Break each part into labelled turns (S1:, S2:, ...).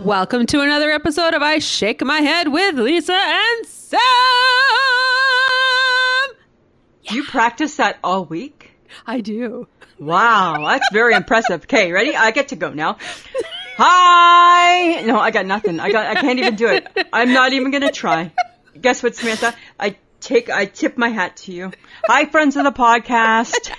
S1: Welcome to another episode of I Shake My Head with Lisa and Sam.
S2: You practice that all week?
S1: I do.
S2: Wow, that's very impressive. Okay, ready? I get to go now. Hi. No, I got nothing. I got. I can't even do it. I'm not even gonna try. Guess what, Samantha? I take. I tip my hat to you. Hi, friends of the podcast.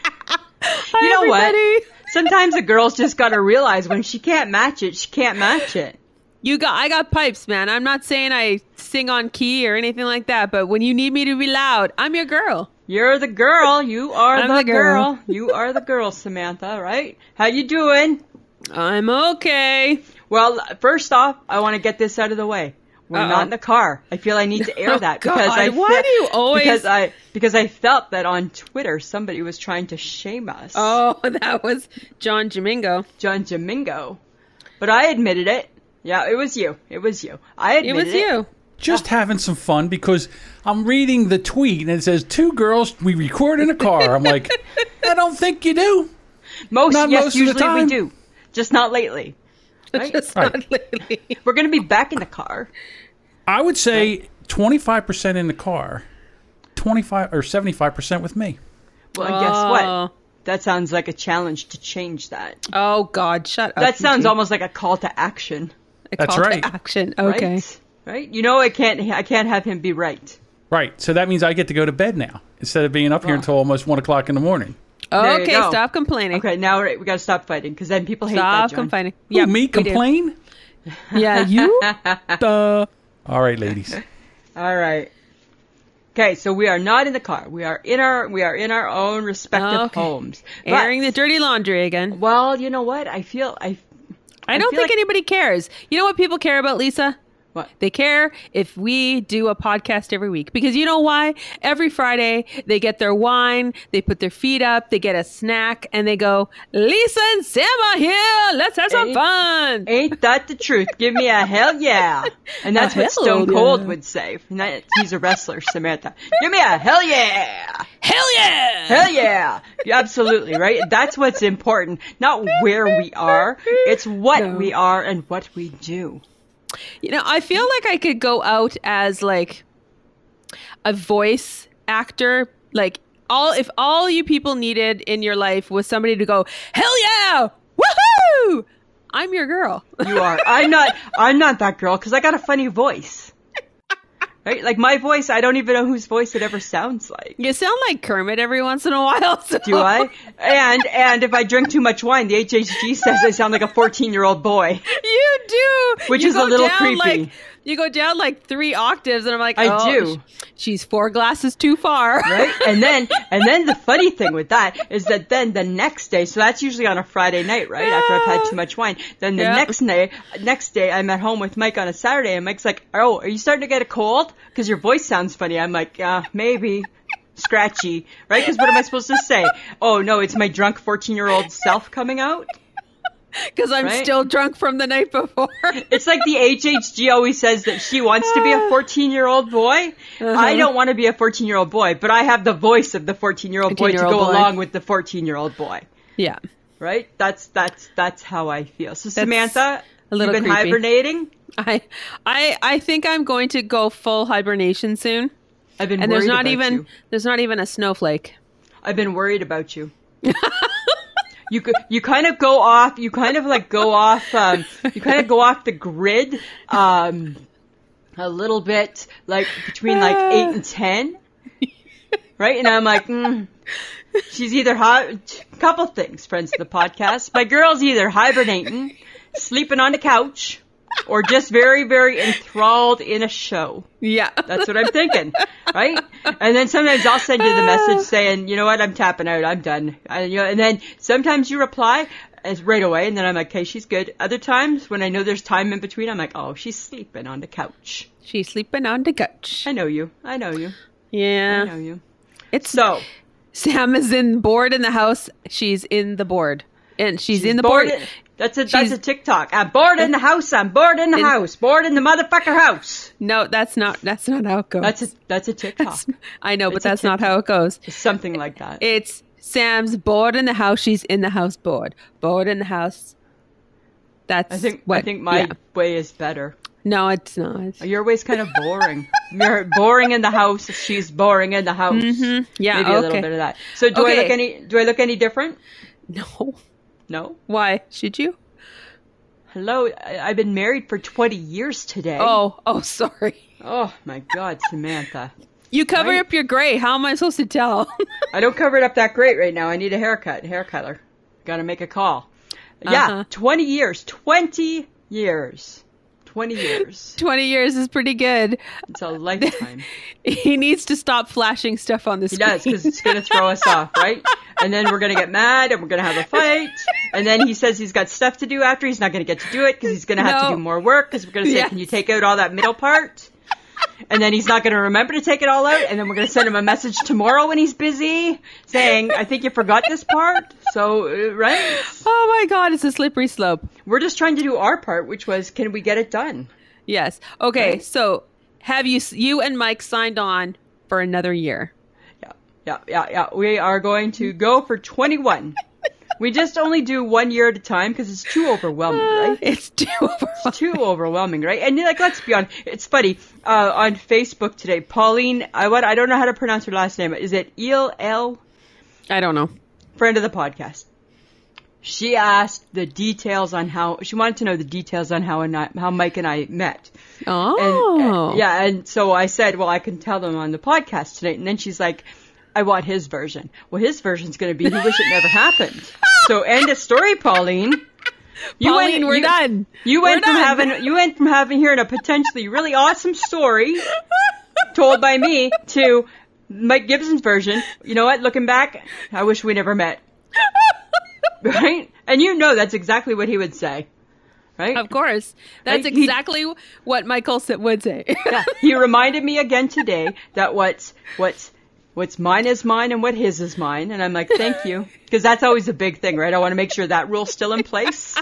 S1: Hi,
S2: You know
S1: everybody.
S2: what? Sometimes a girl's just gotta realize when she can't match it, she can't match it.
S1: You got I got pipes, man. I'm not saying I sing on key or anything like that, but when you need me to be loud, I'm your girl.
S2: You're the girl. You are
S1: I'm
S2: the,
S1: the girl.
S2: girl. You are the girl, Samantha. Right? How you doing?
S1: I'm okay.
S2: Well, first off, I want to get this out of the way. We're
S1: Uh-oh.
S2: not in the car. I feel I need to air
S1: Oh,
S2: that because I
S1: God, why do you always-
S2: because I because I felt that on Twitter somebody was trying to shame us.
S1: Oh, that was John Jamingo.
S2: John Domingo. But I admitted it. Yeah, it was you. It was you. I
S1: It
S2: admitted
S1: was you.
S3: just having some fun because I'm reading the tweet and it says two girls we record in a car. I'm like, I don't think you do.
S2: Most
S3: Not
S2: yes,
S3: most of the
S2: usually
S3: time.
S2: we do. Just not lately. Right?
S1: Just
S3: Right.
S1: not lately.
S2: We're gonna be back in the car.
S3: I would say 25% in the car, 25 or 75% with me.
S2: Well,
S1: Oh.
S2: guess what? That sounds like a challenge to change that.
S1: Oh God, shut up.
S2: That sounds
S1: Eugene.
S2: almost like a call to action.
S1: A
S3: That's
S1: call to
S3: right.
S1: action.
S2: Right?
S1: Okay.
S2: Right? You know I can't I can't have him be right.
S3: Right. So that means I get to go to bed now instead of being up here until almost one o'clock in the morning.
S2: There you
S1: Okay,
S2: go.
S1: stop complaining.
S2: Okay, now we we got to stop fighting because then people hate
S1: Stop
S2: that. John.
S1: complaining.
S3: Yeah,
S1: Yeah,
S3: me
S1: we do.
S3: complain?
S1: Yeah, you.
S3: Duh. All right, ladies.
S2: All right. Okay, so we are not in the car. We are in our we are in our own respective
S1: Okay.
S2: homes. But-
S1: airing the dirty laundry again.
S2: well, you know what? I feel I
S1: I don't
S2: feel
S1: think
S2: like-
S1: anybody cares. You know what people care about, Lisa?
S2: what?
S1: They care if we do a podcast every week because you know why? Every Friday they get their wine, they put their feet up, they get a snack, and they go, Lisa and Sam are here. Let's have some
S2: Ain't-
S1: fun.
S2: Ain't that the truth? Give me a hell yeah. And that's
S1: A
S2: what
S1: hell
S2: Stone Cold
S1: yeah.
S2: would say. And that- He's a wrestler, Samantha. Give me a hell yeah.
S1: Hell yeah.
S2: Hell yeah. Yeah, Absolutely, right? That's what's important. Not where we are. It's what
S1: No.
S2: we are and what we do.
S1: You know, I feel like I could go out as like a voice actor. Like all if all you people needed in your life was somebody to go, "Hell yeah! Woohoo! I'm your girl."
S2: You are. I'm not. I'm not that girl because I got a funny voice. Right? Like my voice, I don't even know whose voice it ever sounds like.
S1: you sound like Kermit every once in a while. so-
S2: Do I? And and if I drink too much wine, the HHG says I sound like a 14 year old boy.
S1: You do.
S2: Which
S1: You
S2: is a
S1: go
S2: little
S1: down,
S2: creepy.
S1: Like, you go down like three octaves, and I'm like,
S2: I
S1: oh,
S2: do.
S1: sh- She's four glasses too far.
S2: Right? And then and then the funny thing with that is that then the next day, so that's usually on a Friday night, right? After I've had too much wine. Then the
S1: Yeah.
S2: next day, next day I'm at home with Mike on a Saturday, and Mike's like, "Oh, are you starting to get a cold? Because your voice sounds funny." I'm like, uh, "Maybe." Scratchy, right? Because what am I supposed to say? Oh no, it's my drunk fourteen-year-old self coming out.
S1: Because I'm
S2: Right.
S1: still drunk from the night before.
S2: It's like the HHG always says that she wants to be a 14 year old boy.
S1: Uh-huh.
S2: I don't want to be a 14 year old boy, but I have the voice of the 14 year old boy to
S1: 14-year-old
S2: go
S1: boy.
S2: along with the 14 year old boy.
S1: yeah.
S2: Right? That's that's that's how I feel. So Samantha,
S1: a little
S2: you've been
S1: creepy.
S2: hibernating.
S1: I I I think I'm going to go full hibernation soon.
S2: I've been
S1: And
S2: worried
S1: there's not
S2: about
S1: even
S2: you.
S1: there's not even a snowflake.
S2: I've been worried about you. you c- you kind of go off. You kind of like go off. Um, you kind of go off the grid um, a little bit, like between like eight and ten, right? And I'm like, mm, she's either hot. Couple things, friends of the podcast. My girl's either hibernating, sleeping on the couch, or just very very enthralled in a show.
S1: Yeah.
S2: That's what I'm thinking, right? And then sometimes I'll send you the message saying, you know what, I'm tapping out, I'm done. And, you know, and then sometimes you reply as right away, and then I'm like, okay, she's good. Other times when I know there's time in between, I'm like, oh, she's sleeping on the couch.
S1: She's sleeping on the couch.
S2: I know you, I know you, I know
S1: Yeah.
S2: you.
S1: It's
S2: So
S1: Sam is in board in the house. She's in the board. And she's, in the board.
S2: bored. That's a
S1: She's-
S2: that's a TikTok. I'm bored in the house. I'm bored in the
S1: In-
S2: house. Bored in the motherfucker house.
S1: No, that's not that's not how it goes.
S2: That's a that's a TikTok.
S1: That's- I know, but
S2: It's a
S1: that's not how it goes.
S2: Something like that.
S1: It's Sam's bored in the house. She's in the house bored. Bored in the house. That's
S2: I think
S1: what
S2: I think my
S1: yeah.
S2: way is better.
S1: No, it's not.
S2: Your way's kind of boring. You're boring in the house. She's boring in the house.
S1: Mm-hmm. Yeah,
S2: Maybe a
S1: okay.
S2: little bit of that. So do I look
S1: Okay.
S2: any? Do I look any different?
S1: No.
S2: No.
S1: Why should you?
S2: Hello. I, I've been married for twenty years today.
S1: Oh, oh, sorry.
S2: Oh my God, Samantha.
S1: You cover
S2: Right.
S1: up your gray. How am I supposed to tell?
S2: I don't cover it up that great right now. I need a haircut, hair color. Got to make a call. Yeah,
S1: Uh-huh.
S2: 20 years. 20 years. 20 years.
S1: 20 years is pretty good.
S2: It's a lifetime.
S1: He needs to stop flashing stuff on the
S2: He
S1: screen.
S2: does, because it's going to throw us off, right? And then we're going to get mad and we're going to have a fight. And then he says he's got stuff to do after. He's not going to get to do it because he's going to have to
S1: No.
S2: do more work because we're going to say,
S1: Yes.
S2: can you take out all that middle part? And then he's not going to remember to take it all out. And then we're going to send him a message tomorrow when he's busy saying, I think you forgot this part. So, uh, right?
S1: Oh my god, it's a slippery slope.
S2: We're just trying to do our part, which was, can we get it done?
S1: Yes. Okay,
S2: Right.
S1: so have you you and Mike signed on for another year?
S2: Yeah, yeah, yeah, yeah. We are going to go for 21. we just only do one year at a time because it's too overwhelming, right?
S1: It's too overwhelming.
S2: too overwhelming, right? And like, let's be honest. It's funny. Uh, on Facebook today, Pauline, I what I don't know how to pronounce her last name. Is it El El?
S1: I don't know.
S2: Friend of the podcast. She asked the details on how she wanted to know the details on how and I, how Mike and I met.
S1: Oh.
S2: And, uh, yeah, and so I said, well, I can tell them on the podcast tonight. And then she's like, I want his version. Well, his version's going to be, he wish it never happened. So end of story, Pauline. You
S1: Pauline, we're
S2: you-
S1: done.
S2: You
S1: We're
S2: went from
S1: done.
S2: having you went from having hearing a potentially really awesome story told by me to Mike Gibson's version. You know what? Looking back, I wish we never met. Right? And you know that's exactly what he would say. Right?
S1: Of course. That's
S2: Right, he-
S1: exactly what Michael sa- would say.
S2: yeah, he reminded me again today that what's what's what's mine is mine and what his is mine and i'm like thank you because that's always a big thing right i want to make sure that rule's still in place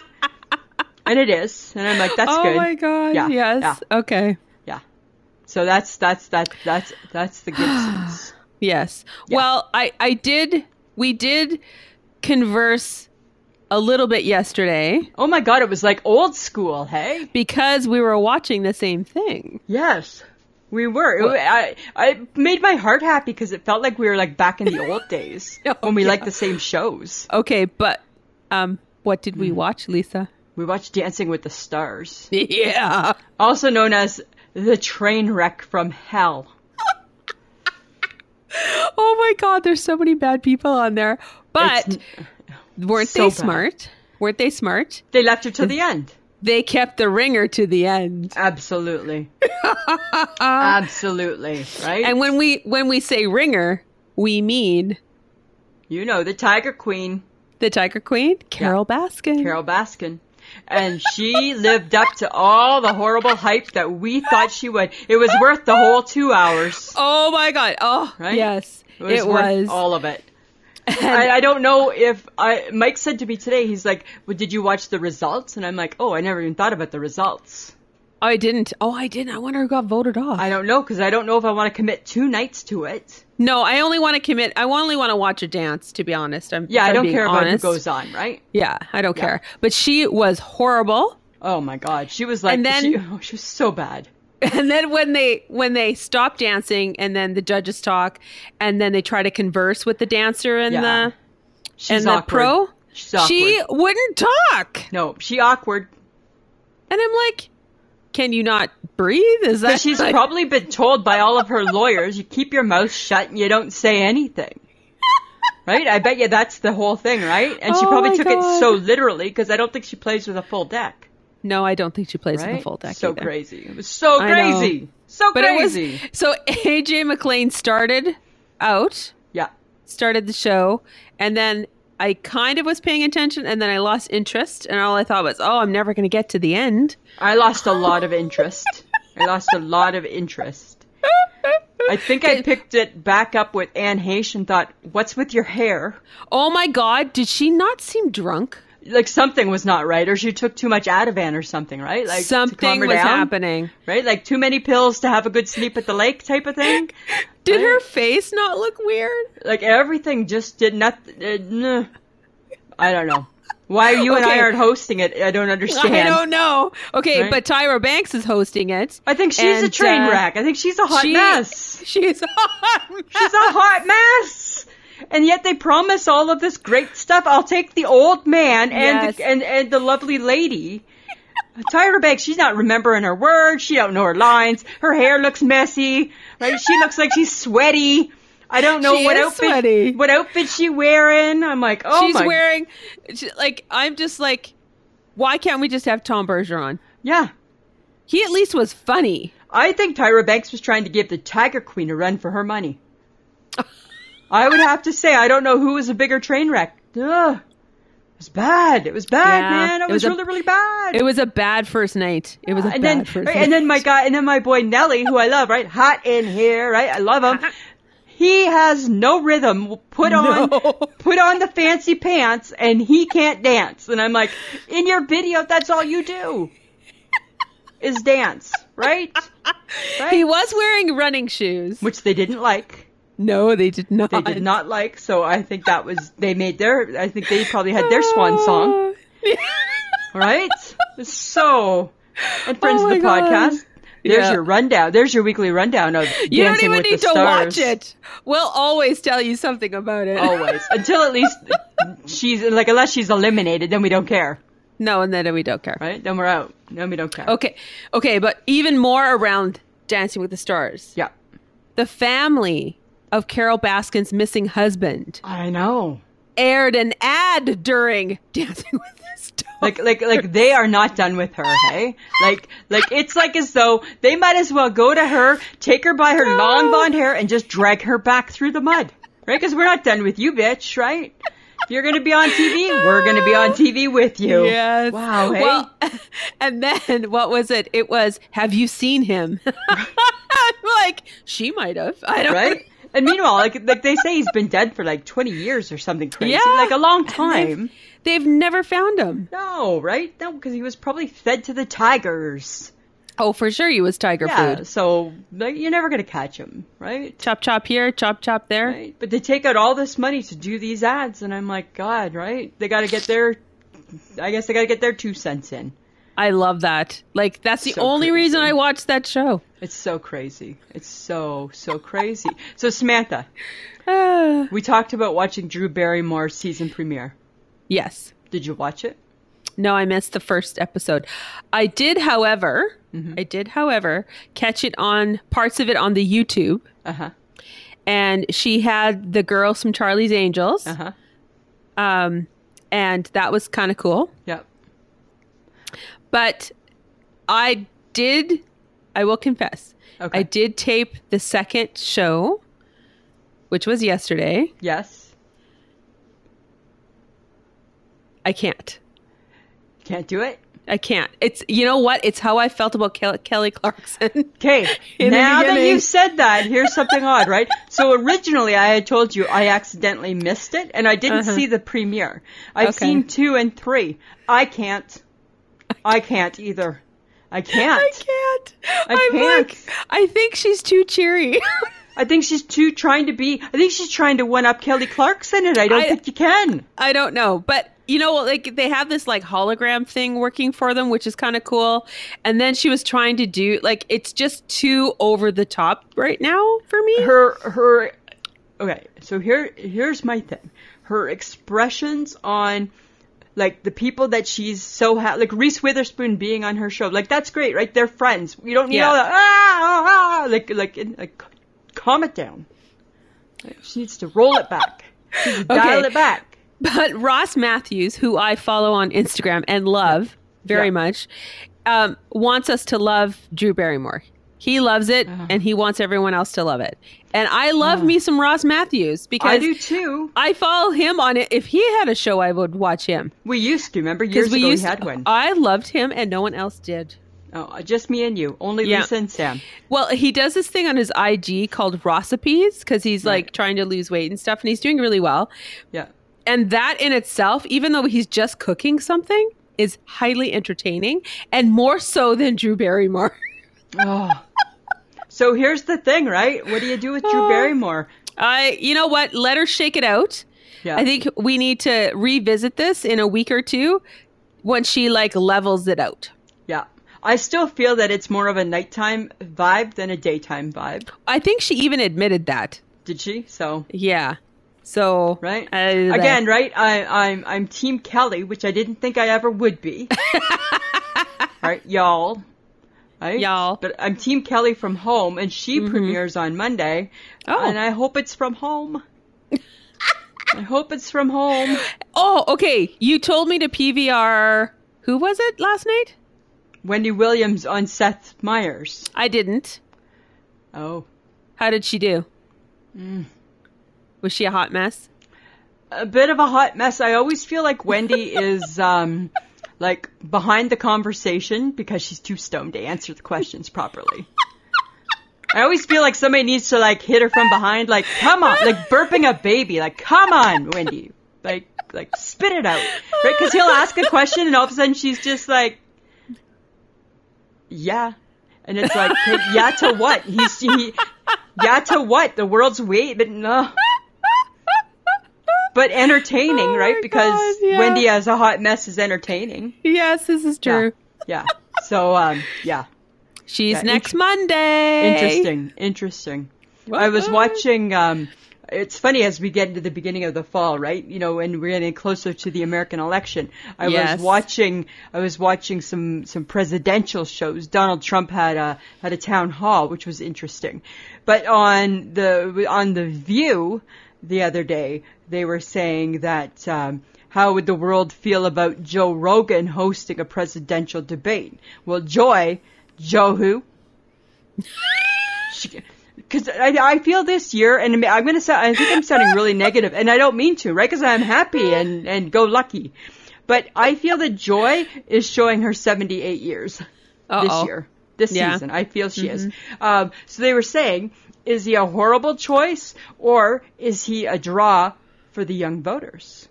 S2: and it is and i'm like that's
S1: oh
S2: good
S1: my god.
S2: Yeah,
S1: yes. Okay.
S2: yeah so that's that's that that's that's the gibsons
S1: Yes. Well, I I did we did converse a little bit yesterday
S2: oh my god it was like old school hey
S1: because we were watching the same thing.
S2: yes we were. It, I I made my heart happy because it felt like we were like back in the old days
S1: Oh,
S2: when we
S1: yeah.
S2: liked the same shows.
S1: Okay, but um what did
S2: Mm.
S1: we watch, Lisa?
S2: We watched Dancing with the Stars.
S1: Yeah.
S2: also known as the train wreck from hell.
S1: Oh my god, there's so many bad people on there. But
S2: It's-
S1: weren't
S2: so
S1: they
S2: bad.
S1: smart? Weren't they smart?
S2: They left her till the end.
S1: They kept the ringer to the end.
S2: Absolutely. Absolutely. Right?
S1: And when we when we say ringer, we mean
S2: you know, the Tiger Queen,
S1: the Tiger Queen, Carol Baskin.
S2: Carol Baskin. And she lived up to all the horrible hype that we thought she would. It was worth the whole two hours.
S1: Oh my god. Oh
S2: Right?
S1: yes. It was.
S2: worth all of it. I, I don't know if I, Mike said to me today, he's like, well, Did you watch the results? And I'm like, Oh, I never even thought about the results.
S1: Oh, I didn't. Oh, I didn't. I wonder who got voted off.
S2: I don't know because I don't know if I want to commit two nights to it.
S1: no, I only want to commit. I only want to watch a dance. To be honest, I'm.
S2: Yeah,
S1: if
S2: I
S1: I'm
S2: don't
S1: being
S2: care about
S1: honest.
S2: who goes on, right?
S1: Yeah, I don't care. But she was horrible.
S2: Oh my God, she was like,
S1: And then-
S2: she, oh, she was so bad.
S1: And then when they when they stop dancing, and then the judges talk, and then they try to converse with the dancer and
S2: Yeah.
S1: the
S2: She's
S1: and the
S2: awkward.
S1: pro,
S2: She's awkward.
S1: she wouldn't talk.
S2: no, she awkward.
S1: And I'm like, can you not breathe? Is that
S2: But she's
S1: like-
S2: probably been told by all of her lawyers, you keep your mouth shut and you don't say anything. Right? I bet you that's the whole thing, right? And she
S1: Oh
S2: probably
S1: my
S2: took it
S1: God.
S2: so literally because I don't think she plays with a full deck.
S1: No, I don't think she plays in
S2: Right?
S1: the full deck
S2: so
S1: either.
S2: crazy. It was so
S1: I know.
S2: crazy. So
S1: But
S2: crazy.
S1: it was so AJ McLean started out,
S2: yeah.
S1: started the show, and then I kind of was paying attention, and then I lost interest, and all I thought was, "Oh, I'm never going to get to the end."
S2: I lost a lot of interest. I lost a lot of interest. I think I picked it back up with Anne Heche and thought, what's with your hair?
S1: Oh my God, did she not seem drunk?
S2: Like something was not right, or she took too much Ativan or something, right? Like to calm
S1: Something
S2: her
S1: was
S2: down,
S1: happening.
S2: right? Like too many pills to have a good sleep at the lake type of thing.
S1: Did her face not look weird?
S2: Like everything just did not. Uh, nah. I don't know. Why you and I
S1: Okay.
S2: aren't hosting it? I don't understand.
S1: I don't know. Okay,
S2: Right.
S1: but Tyra Banks is hosting it.
S2: I think she's a
S1: And,
S2: train
S1: uh,
S2: wreck. I think she's a hot
S1: she,
S2: mess.
S1: She is a hot mess.
S2: She's a hot mess. And yet they promise all of this great stuff. I'll take the old man and
S1: Yes.
S2: the, and and the lovely lady. Tyra Banks, she's not remembering her words. She don't know her lines. Her hair looks messy. Right? She looks like she's sweaty. I don't know
S1: She
S2: what
S1: is
S2: outfit
S1: sweaty.
S2: what outfit she wearing. I'm like, oh
S1: She's
S2: my,
S1: wearing, she, like, I'm just like, why can't we just have Tom Bergeron?
S2: yeah.
S1: He at least was funny.
S2: I think Tyra Banks was trying to give the Tiger Queen a run for her money. I would have to say, I don't know who was a bigger train wreck. Ugh. It was bad. It was bad,
S1: Yeah,
S2: man. It,
S1: it was
S2: was,
S1: a-
S2: really, really bad.
S1: It was a bad first night. It was a
S2: and
S1: bad
S2: then,
S1: first
S2: right,
S1: night.
S2: and then my guy, and then my boy Nelly, who I love, right? Hot in here, right? I love him. He has no rhythm. Put on, put on the fancy pants, and he can't dance. And I'm like, in your video, that's all you do is dance, right? Right?
S1: he was wearing running shoes.
S2: which they didn't like.
S1: No, they did not.
S2: They did not like, so I think that was they made their. I think they probably had their swan song, right? So, and friends
S1: Oh
S2: of the
S1: my God.
S2: podcast, there's
S1: Yeah.
S2: your rundown. There's your weekly rundown of
S1: You
S2: Dancing
S1: don't even
S2: with
S1: need
S2: the
S1: to
S2: Stars.
S1: watch it. We'll always tell you something about it.
S2: Always until at least she's like unless she's eliminated, then we don't care,
S1: no, and then we don't care.
S2: right? Then we're out. Then we don't care.
S1: Okay. Okay, but even more around Dancing with the Stars.
S2: Yeah,
S1: The family of Carol Baskin's missing husband
S2: I know.
S1: aired an ad during Dancing with the Stars.
S2: Like, like, like they are not done with her, hey? Like, like it's like as though they might as well go to her, take her by her long blonde hair, and just drag her back through the mud, right? Because we're not done with you, bitch, right? If you're gonna be on TV, we're gonna be on TV with you.
S1: Yes.
S2: Wow. Hey.
S1: Well, and then what was it? It was, have you seen him? like, she might have. I don't
S2: right. And meanwhile, like, like they say, he's been dead for like 20 years or something crazy,
S1: Yeah.
S2: like a long
S1: They've-
S2: time.
S1: They've never found him.
S2: No, right? No, because he was probably fed to the tigers.
S1: Oh, for sure he was tiger
S2: Yeah.
S1: food.
S2: So like, you're never gonna catch him, right?
S1: Chop chop here, chop chop there.
S2: right? But they take out all this money to do these ads, and I'm like, God, right? They got to get their, I guess they got to get their two cents in.
S1: I love that. Like that's the
S2: So
S1: only
S2: crazy.
S1: reason I watched that show.
S2: It's so crazy. It's so so crazy. so Samantha,
S1: Ah.
S2: we talked about watching Drew Barrymore's season premiere.
S1: yes.
S2: Did you watch it?
S1: No, I missed the first episode. I did, however,
S2: Mm-hmm.
S1: I did, however, catch it on parts of it on the YouTube.
S2: Uh huh.
S1: And she had the girls from Charlie's Angels.
S2: Uh huh.
S1: Um, and that was kind of cool.
S2: Yep.
S1: But I did, I will confess,
S2: Okay.
S1: I did tape the second show, which was yesterday.
S2: Yes.
S1: I can't.
S2: Can't do it.
S1: I can't. It's you know what? It's how I felt about Kel- Kelly Clarkson.
S2: Okay,
S1: In the
S2: now that
S1: beginning.
S2: you said that, here's something odd, right? So originally I had told you I accidentally missed it and I didn't see the premiere.
S1: Uh-huh.
S2: I've
S1: Okay.
S2: seen two and three. I can't. I can't either. I can't.
S1: I can't. I am
S2: can't.
S1: like, I think she's too cheery.
S2: I think she's too trying to be, I think she's trying to one up Kelly Clarkson and I don't
S1: I-
S2: think you can.
S1: I don't know, but you know, like they have this like hologram thing working for them, which is kind of cool. And then she was trying to do like it's just too over the top right now for me.
S2: Her, her, okay, so here, here's my thing. Her expressions on like the people that she's so ha- like Reese Witherspoon being on her show, like that's great, right? They're friends. You don't need
S1: Yeah.
S2: all that ah, ah, ah like like in, like calm it down. Like, she needs to roll it back, She needs to dial
S1: Okay.
S2: it back.
S1: But Ross Matthews, who I follow on Instagram and love very
S2: Yeah.
S1: much, um, wants us to love Drew Barrymore. He loves it,
S2: Uh-huh.
S1: and he wants everyone else to love it. And I love me some Ross Matthews because
S2: I do too.
S1: I follow him on it. If he had a show, I would watch him
S2: We used to remember
S1: because
S2: years
S1: we
S2: ago
S1: used uh,
S2: we had one.
S1: I loved him, and no one else did.
S2: oh, just me and you, only
S1: Yeah.
S2: Lisa and Sam.
S1: Well, he does this thing on his IG called Recipes because he's like trying to lose weight and stuff, and he's doing really well.
S2: Yeah,
S1: and that in itself, even though he's just cooking something, is highly entertaining and more so than Drew Barrymore.
S2: Oh. So here's the thing, right? What do you do with Drew Barrymore?
S1: I, you know what? Let her shake it out.
S2: Yeah.
S1: I think we need to revisit this in a week or two once she like levels it out.
S2: Yeah. I still feel that it's more of a nighttime vibe than a daytime vibe.
S1: I think she even admitted that.
S2: Did she? So
S1: Yeah. So
S2: right
S1: uh,
S2: again, right? I, I'm I'm Team Kelly, which I didn't think I ever would be. right, y'all. Right?
S1: Y'all. Mm-hmm.
S2: But I'm Team Kelly from home, and she premieres on Monday.
S1: Oh.
S2: And I hope it's from home. I hope it's from home.
S1: Oh, okay. You told me to PVR. Who was it last night?
S2: Wendy Williams on Seth Meyers.
S1: I didn't.
S2: Oh.
S1: How did she do?
S2: Mm.
S1: Was she a hot mess?
S2: a bit of a hot mess. I always feel like Wendy is um, like behind the conversation because she's too stoned to answer the questions properly. I always feel like somebody needs to like hit her from behind, like come on, like burping a baby, like come on, Wendy, like like spit it out, right? Because he'll ask a question and all of a sudden she's just like, yeah, and it's like "Hey, yeah to what? He's he, yeah to what? The world's wait, but no but entertaining,
S1: Oh my
S2: right? Because
S1: God, yeah.
S2: Wendy as a hot mess is entertaining.
S1: Yes, this is true.
S2: Yeah. So um yeah.
S1: She's
S2: Yeah,
S1: next
S2: int-
S1: Monday.
S2: Interesting. Interesting. I was
S1: What?
S2: watching um it's funny as we get into the beginning of the fall, right? You know, and we're getting closer to the American election. I
S1: Yes.
S2: was watching I was watching some some presidential shows. Donald Trump had a had a town hall, which was interesting. But on the on the View the other day, they were saying that um, how would the world feel about Joe Rogan hosting a presidential debate? Well, Joy, Joe who? because I, I feel this year, and I'm- I'm gonna say I think I'm sounding really negative, and I don't mean to, right? Because I'm happy and and go lucky, but I feel that Joy is showing her 78 years
S1: Uh-oh.
S2: this year, this
S1: Yeah. Mm-hmm.
S2: season. I feel she is. Um, so they were saying, is he a horrible choice or is he a draw for the young voters?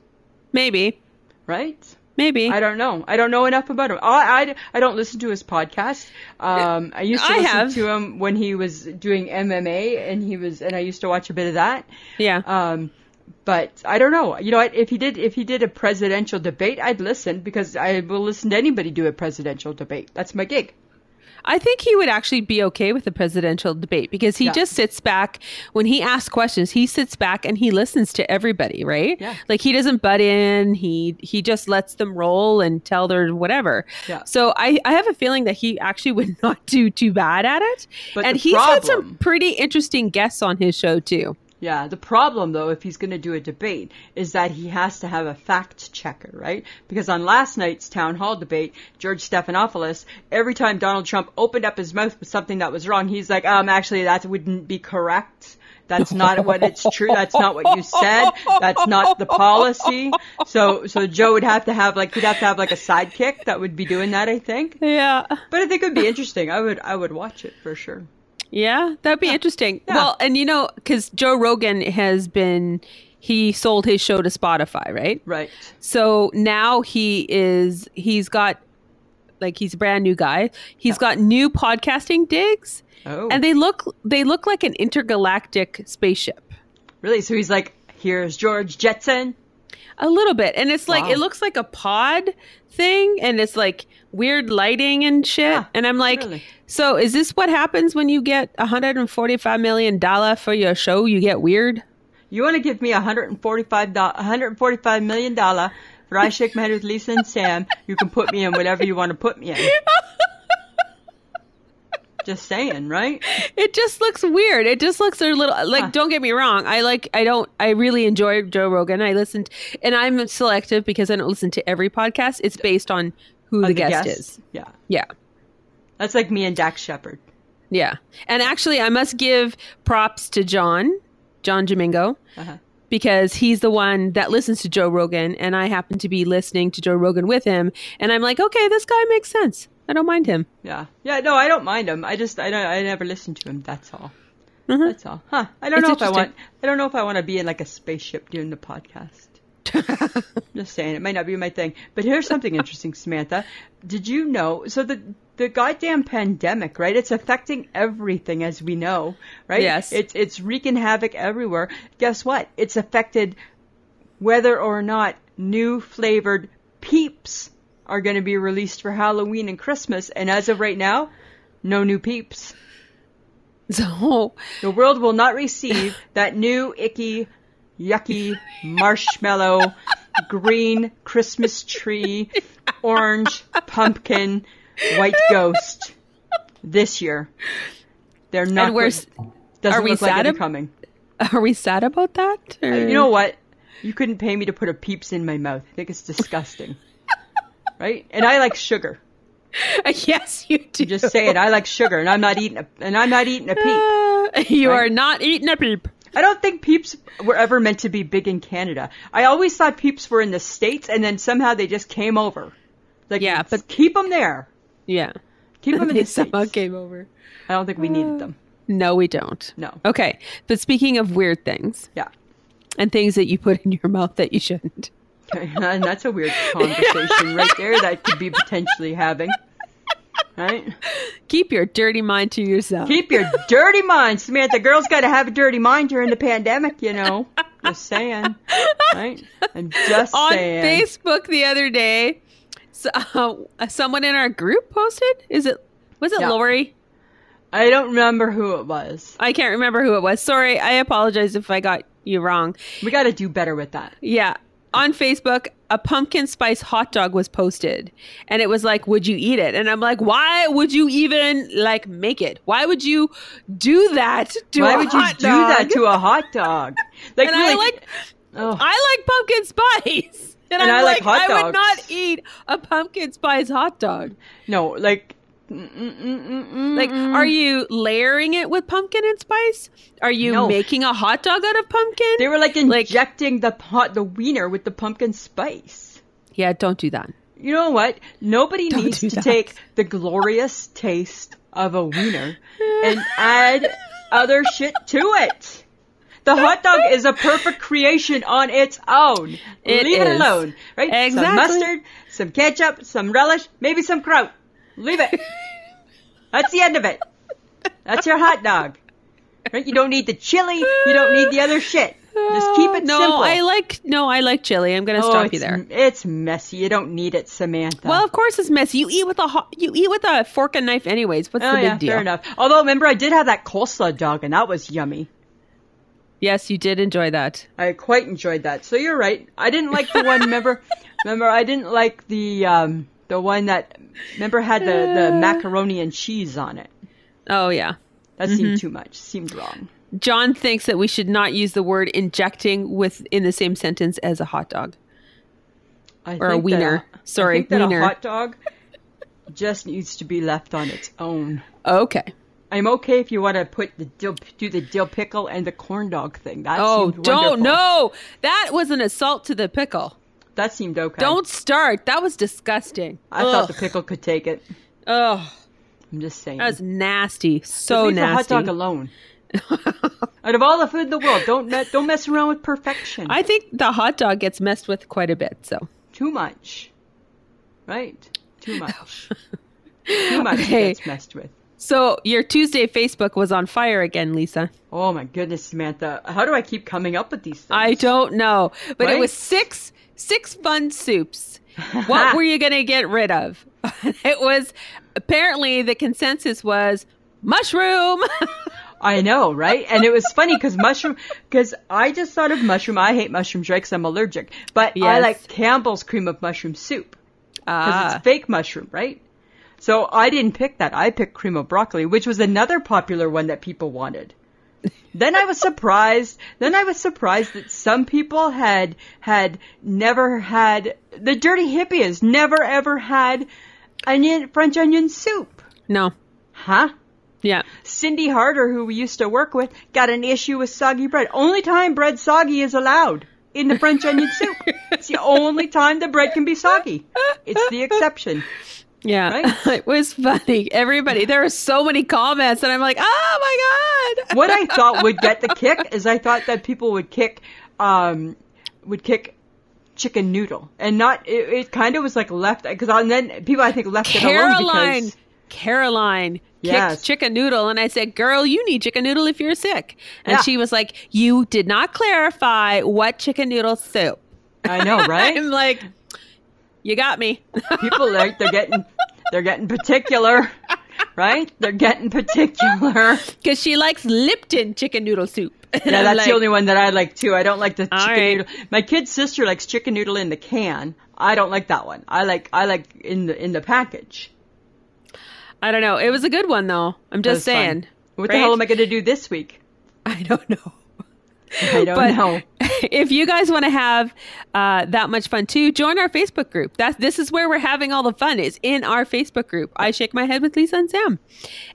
S1: Maybe.
S2: Right.
S1: Maybe.
S2: I don't know. I don't know enough about him. I, I, I don't listen to his podcast. Um, I used to
S1: I
S2: listen
S1: have.
S2: to him when he was doing MMA, and he was, and I used to watch a bit of that.
S1: yeah.
S2: Um, but I don't know. You know, what? if he did, if he did a presidential debate, I'd listen because I will listen to anybody do a presidential debate. That's my gig.
S1: I think he would actually be okay with the presidential debate because he
S2: Yeah.
S1: just sits back when he asks questions. He sits back and he listens to everybody, right?
S2: Yeah.
S1: Like he doesn't butt in. He he just lets them roll and tell their whatever.
S2: Yeah.
S1: So I I have a feeling that he actually would not do too bad at it.
S2: But
S1: and
S2: the
S1: he's had some
S2: problem-
S1: pretty interesting guests on his show too.
S2: Yeah, the problem though, if he's going to do a debate, is that he has to have a fact checker, right? Because on last night's town hall debate, George Stephanopoulos, every time Donald Trump opened up his mouth with something that was wrong, he's like, um, actually, that wouldn't be correct. That's not what it's true. That's not what you said. That's not the policy. So, so Joe would have to have like, he'd have to have like a sidekick that would be doing that, I think.
S1: Yeah.
S2: But I think it would be interesting. I would, I would watch it for sure.
S1: Yeah, that'd be interesting.
S2: Yeah.
S1: Well, and you know, because Joe Rogan has been, he sold his show to Spotify, right?
S2: Right.
S1: So now he is, he's got, like, he's a brand new guy. He's got new podcasting digs,
S2: Oh.
S1: and they look, they look like an intergalactic spaceship.
S2: Really? So he's like, here's George Jetson.
S1: A little bit. And it's like,
S2: Wow.
S1: it looks like a pod thing, and it's like weird lighting and shit.
S2: Yeah,
S1: and I'm like,
S2: really.
S1: so is this what happens when you get $145 million for your show? You get weird?
S2: You want to give me a hundred and forty-five dollars, hundred and forty-five million dollar for I shake my head with Lisa and Sam. You can put me in whatever you want to put me in. Just saying, right?
S1: it just looks weird. It just looks a little like.
S2: Huh.
S1: Don't get me wrong. I like. I don't. I really enjoy Joe Rogan. I listened, and I'm selective because I don't listen to every podcast. It's based on who the,
S2: On
S1: guest, is.
S2: Yeah,
S1: Yeah,
S2: that's like me and Dax Shepard.
S1: yeah. And actually, I must give props to John, John Domingo,
S2: Uh-huh.
S1: because he's the one that listens to Joe Rogan, and I happen to be listening to Joe Rogan with him, and I'm like, okay, this guy makes sense. I don't mind him.
S2: Yeah, yeah. No, I don't mind him. I just I don't. I never listen to him. That's all.
S1: Mhm.
S2: That's all. Huh? I don't
S1: It's
S2: know if I
S1: interesting.
S2: want. I don't know if I want to be in like a spaceship doing the podcast. Just saying, it might not be my thing. But here's something interesting, Samantha. Did you know? So the the goddamn pandemic, right? It's affecting everything, as we know, right?
S1: Yes.
S2: It's it's wreaking havoc everywhere. Guess what? It's affected whether or not new flavored peeps are going to be released for Halloween and Christmas. And as of right now, no new peeps.
S1: So
S2: The world will not receive that new icky, yucky marshmallow, green Christmas tree, orange pumpkin, white ghost this year. They're not.
S1: and we're
S2: go-
S1: s-
S2: doesn't
S1: are we
S2: look like
S1: sad
S2: it'll
S1: ab- Uh,
S2: be coming.
S1: are we sad about that? or-
S2: Uh, You know what? You couldn't pay me to put a peeps in my mouth. I think it's disgusting. right? And I like sugar.
S1: yes, you do.
S2: Just saying, I like sugar, and I'm not eating a and I'm not eating a peep.
S1: Uh, you
S2: right?
S1: are not eating a peep.
S2: I don't think peeps were ever meant to be big in Canada. I always thought peeps were in the states, and then somehow they just came over. Like,
S1: Yeah, but-
S2: keep them there.
S1: Yeah.
S2: Keep them in the
S1: It's
S2: states.
S1: about game over.
S2: I don't think
S1: Uh.
S2: we needed them.
S1: No, we don't.
S2: No.
S1: Okay. But speaking of weird things
S2: Yeah,
S1: and things that you put in your mouth that you shouldn't.
S2: and that's a weird conversation right there that could be potentially having. Right?
S1: Keep your dirty mind to yourself.
S2: Keep your dirty mind, Samantha. Girls got to have a dirty mind during the pandemic, you know. Just saying, right? I'm just
S1: on
S2: saying.
S1: Facebook the other day, so, uh, someone in our group posted. Is it was it
S2: Yeah.
S1: Lori?
S2: I don't remember who it was.
S1: I can't remember who it was. Sorry, I apologize if I got you wrong.
S2: We got to do better with that.
S1: Yeah, on Facebook, a pumpkin spice hot dog was posted, and it was like, "Would you eat it?" And I'm like, "Why would you even like make it? Why would you do that to
S2: Why
S1: a
S2: would you
S1: hot
S2: do that
S1: dog?"
S2: to a hot dog? Like,
S1: and
S2: you're
S1: I like
S2: oh,
S1: I like pumpkin spice. And,
S2: And
S1: I'm
S2: I like hot
S1: I would
S2: dogs.
S1: not eat a pumpkin spice hot dog.
S2: no, like, mm, mm, mm, mm, mm,
S1: Like,
S2: mm.
S1: are you layering it with pumpkin and spice? Are you
S2: No.
S1: making a hot dog out of pumpkin?
S2: they were like
S1: like-
S2: injecting the pot, the wiener with the pumpkin spice.
S1: yeah, don't do that.
S2: You know what? Nobody
S1: Don't
S2: needs
S1: do
S2: to
S1: that.
S2: take the glorious taste of a wiener and add other shit to it. The hot dog is a perfect creation on its own.
S1: It
S2: Leave it
S1: is.
S2: alone, right? Some
S1: Exactly.
S2: mustard, some ketchup, some relish, maybe some kraut. Leave it. That's the end of it. That's your hot dog. Right? You don't need the chili. You don't need the other shit. Just keep it
S1: no,
S2: simple.
S1: I like no, I like chili. I'm gonna
S2: Oh,
S1: stop you
S2: it's-
S1: there.
S2: It's messy. You don't need it, Samantha.
S1: Well, of course it's messy. You eat with a hot, you eat with a fork and knife, anyways. What's
S2: Oh
S1: the big
S2: yeah,
S1: deal?
S2: fair enough. Although remember, I did have that coleslaw dog, and that was yummy.
S1: Yes, you did enjoy that.
S2: I quite enjoyed that. So you're right. I didn't like the one. Remember, remember, I didn't like the um the one that remember had the the
S1: Uh.
S2: macaroni and cheese on it.
S1: Oh yeah.
S2: That seemed
S1: Mm-hmm.
S2: too much. Seemed wrong.
S1: John thinks that we should not use the word injecting with in the same sentence as a hot dog.
S2: I
S1: Or a
S2: think that
S1: wiener. Sorry,
S2: I think that
S1: wiener.
S2: a hot dog just needs to be left on its own.
S1: Okay.
S2: I'm okay if you want to put the dill, do the dill pickle and the corn dog thing. That
S1: Oh,
S2: seemed
S1: don't
S2: wonderful.
S1: no. That was an assault to the pickle.
S2: That seemed okay.
S1: Don't start. That was disgusting.
S2: I thought the pickle could take it.
S1: Oh,
S2: I'm just saying.
S1: that was nasty.
S2: Just
S1: So
S2: leave
S1: nasty.
S2: the hot dog alone. Out of all the food in the world, don't me- don't mess around with perfection
S1: I think the hot dog gets messed with quite a bit. So
S2: too much. Right? Too much. too much
S1: Oh. Okay.
S2: gets messed with.
S1: So your Tuesday Facebook was on fire again, Lisa.
S2: Oh my goodness, Samantha! How do I keep coming up with these things?
S1: I don't know, but
S2: Right?
S1: it was six six fun soups. What were you going to get rid of? it was apparently the consensus was mushroom.
S2: I know, right? And it was funny because mushroom, because I just thought of mushroom. I hate mushrooms, right? Because I'm allergic. But I
S1: Yes.
S2: like Campbell's cream of mushroom soup. because
S1: ah,
S2: it's fake mushroom, right? So I didn't pick that. I picked cream of broccoli, which was another popular one that people wanted. then I was surprised. Then I was surprised that some people had had never had the dirty hippie has never ever had onion French onion soup,
S1: no,
S2: huh?
S1: yeah,
S2: Cindy Harder, who we used to work with, got an issue with soggy bread. Only time bread soggy is allowed in the French onion soup. It's the only time the bread can be soggy. It's the exception.
S1: yeah.
S2: Right?
S1: it was funny. Everybody, there were so many comments, and I'm like, oh my god.
S2: what I thought would get the kick is I thought that people would kick, um, would kick chicken noodle, and not it, it kind of was like left because and then people I think left it alone
S1: Caroline,
S2: because
S1: Caroline
S2: Yes.
S1: kicked chicken noodle, and I said, "Girl, you need chicken noodle if you're sick." And
S2: Yeah.
S1: she was like, "You did not clarify what chicken noodle soup."
S2: I know, right?
S1: I'm like, you got me.
S2: People like they're getting they're getting particular, right? They're getting particular.
S1: Because she likes Lipton chicken noodle soup. And
S2: Yeah,
S1: I'm
S2: that's
S1: like,
S2: the only one that I like too. I don't like the chicken
S1: right.
S2: noodle. My kid's sister likes chicken noodle in the can. I don't like that one. I like I like in the in the package.
S1: I don't know. It was a good one though. I'm
S2: That
S1: just
S2: was fun. Oh,
S1: saying.
S2: What the hell
S1: right?
S2: am I going to do this week?
S1: I don't know.
S2: I don't
S1: But
S2: know.
S1: if you guys want to have uh, that much fun too, join our Facebook group. That's this is where we're having all the fun. Is in our Facebook group. I shake my head with Lisa and Sam,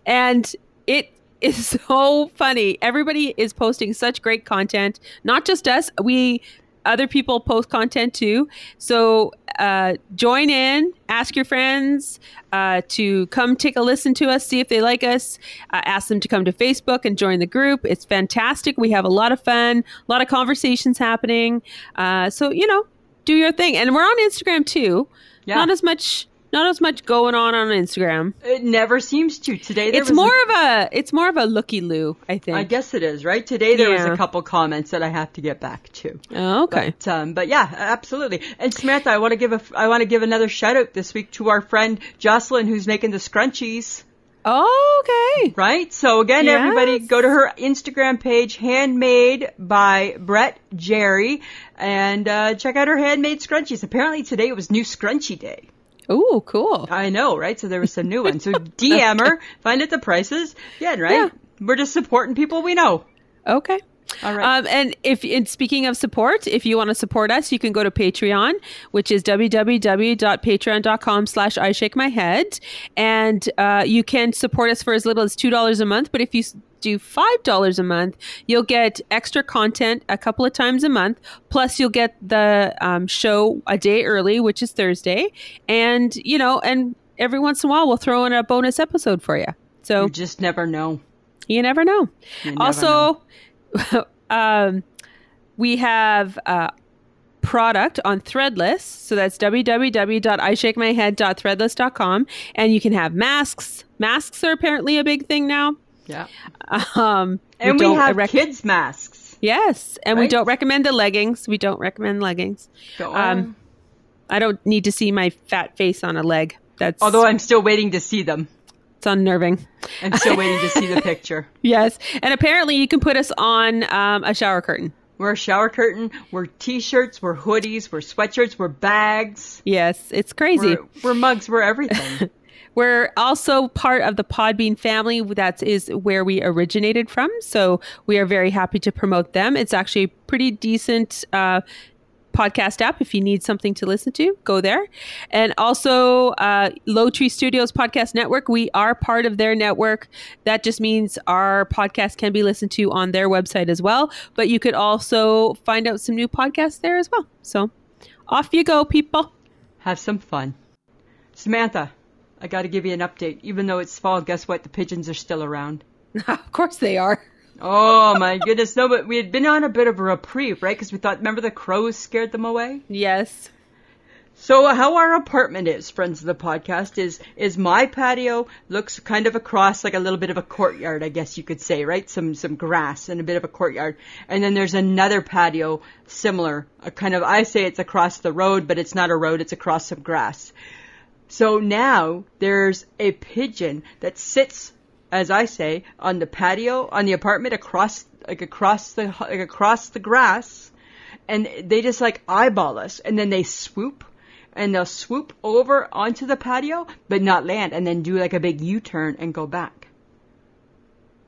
S1: and it is so funny. Everybody is posting such great content. Not just us. We other people post content too. So uh, join in. Ask your friends uh, to come take a listen to us, see if they like us. Uh, ask them to come to Facebook and join the group. It's fantastic. We have a lot of fun, a lot of conversations happening. Uh, so you know, do your thing, and we're on Instagram too.
S2: Yeah.
S1: Not as much, not as much going on on Instagram.
S2: It never seems to. Today there
S1: it's
S2: was
S1: more of a, it's more of a looky loo. I think.
S2: I guess it is, right? Today there was
S1: Yeah.
S2: a couple comments that I have to get back to.
S1: Oh, okay.
S2: But, um, but yeah, absolutely. And Samantha, I want to give a I want to give another shout out this week to our friend Jocelyn who's making the scrunchies.
S1: oh, okay.
S2: Right? So again,
S1: Yes.
S2: everybody go to her Instagram page, handmade by Brett Jerry, and uh, check out her handmade scrunchies. Apparently today it was new scrunchie day.
S1: Ooh, cool.
S2: I know, right? So there was some new ones. So DM her, find out the prices. Yeah, right?
S1: Yeah.
S2: We're just supporting people we know.
S1: Okay.
S2: All right.
S1: Um, and if and speaking of support, if you want to support us, you can go to Patreon, which is www.patreon.com slash I shake my head. And uh, you can support us for as little as $2 a month. But if you s- do $5 a month, you'll get extra content a couple of times a month. Plus you'll get the um, show a day early, which is Thursday. And, you know, and every once in a while, we'll throw in a bonus episode for you. So
S2: you just never know.
S1: you never know.
S2: never
S1: also, um, we have uh, product on Threadless. So that's www.ishakemyhead.threadless.com. And you can have masks. Masks are apparently a big thing now.
S2: Yeah.
S1: Um,
S2: And we,
S1: don't
S2: have
S1: rec-
S2: kids masks.
S1: Yes. And we
S2: Right?
S1: don't recommend the leggings. We don't recommend leggings.
S2: So,
S1: Um, I don't need to see my fat face on a leg. That's
S2: although I'm still waiting to see them.
S1: it's unnerving.
S2: I'm still waiting to see the picture.
S1: Yes. And apparently you can put us on um, a shower curtain.
S2: We're a shower curtain. We're t-shirts. We're hoodies. We're sweatshirts. We're bags.
S1: Yes. It's crazy.
S2: We're, we're mugs. We're everything.
S1: We're also part of the Podbean family. That is where we originated from. So we are very happy to promote them. It's actually a pretty decent uh, podcast app. If you need something to listen to, go there. And also, uh, Low Tree Studios Podcast Network. We are part of their network. That just means our podcast can be listened to on their website as well. But you could also find out some new podcasts there as well. So off you go, people.
S2: Have some fun. Samantha, I got to give you an update. Even though it's fall, guess what? The pigeons are still around.
S1: of course they are.
S2: Oh my goodness! No, but we had been on a bit of a reprieve, right? Because we thought, remember the crows scared them away.
S1: Yes.
S2: So uh, how our apartment is, friends of the podcast, is is my patio looks kind of across like a little bit of a courtyard, I guess you could say, right? Some some grass and a bit of a courtyard, and then there's another patio similar, a kind of I say it's across the road, but it's not a road, it's across some grass. So now there's a pigeon that sits, as I say, on the patio on the apartment across like across the like across the grass and they just like eyeball us and then they swoop and they'll swoop over onto the patio but not land and then do like a big U-turn and go back.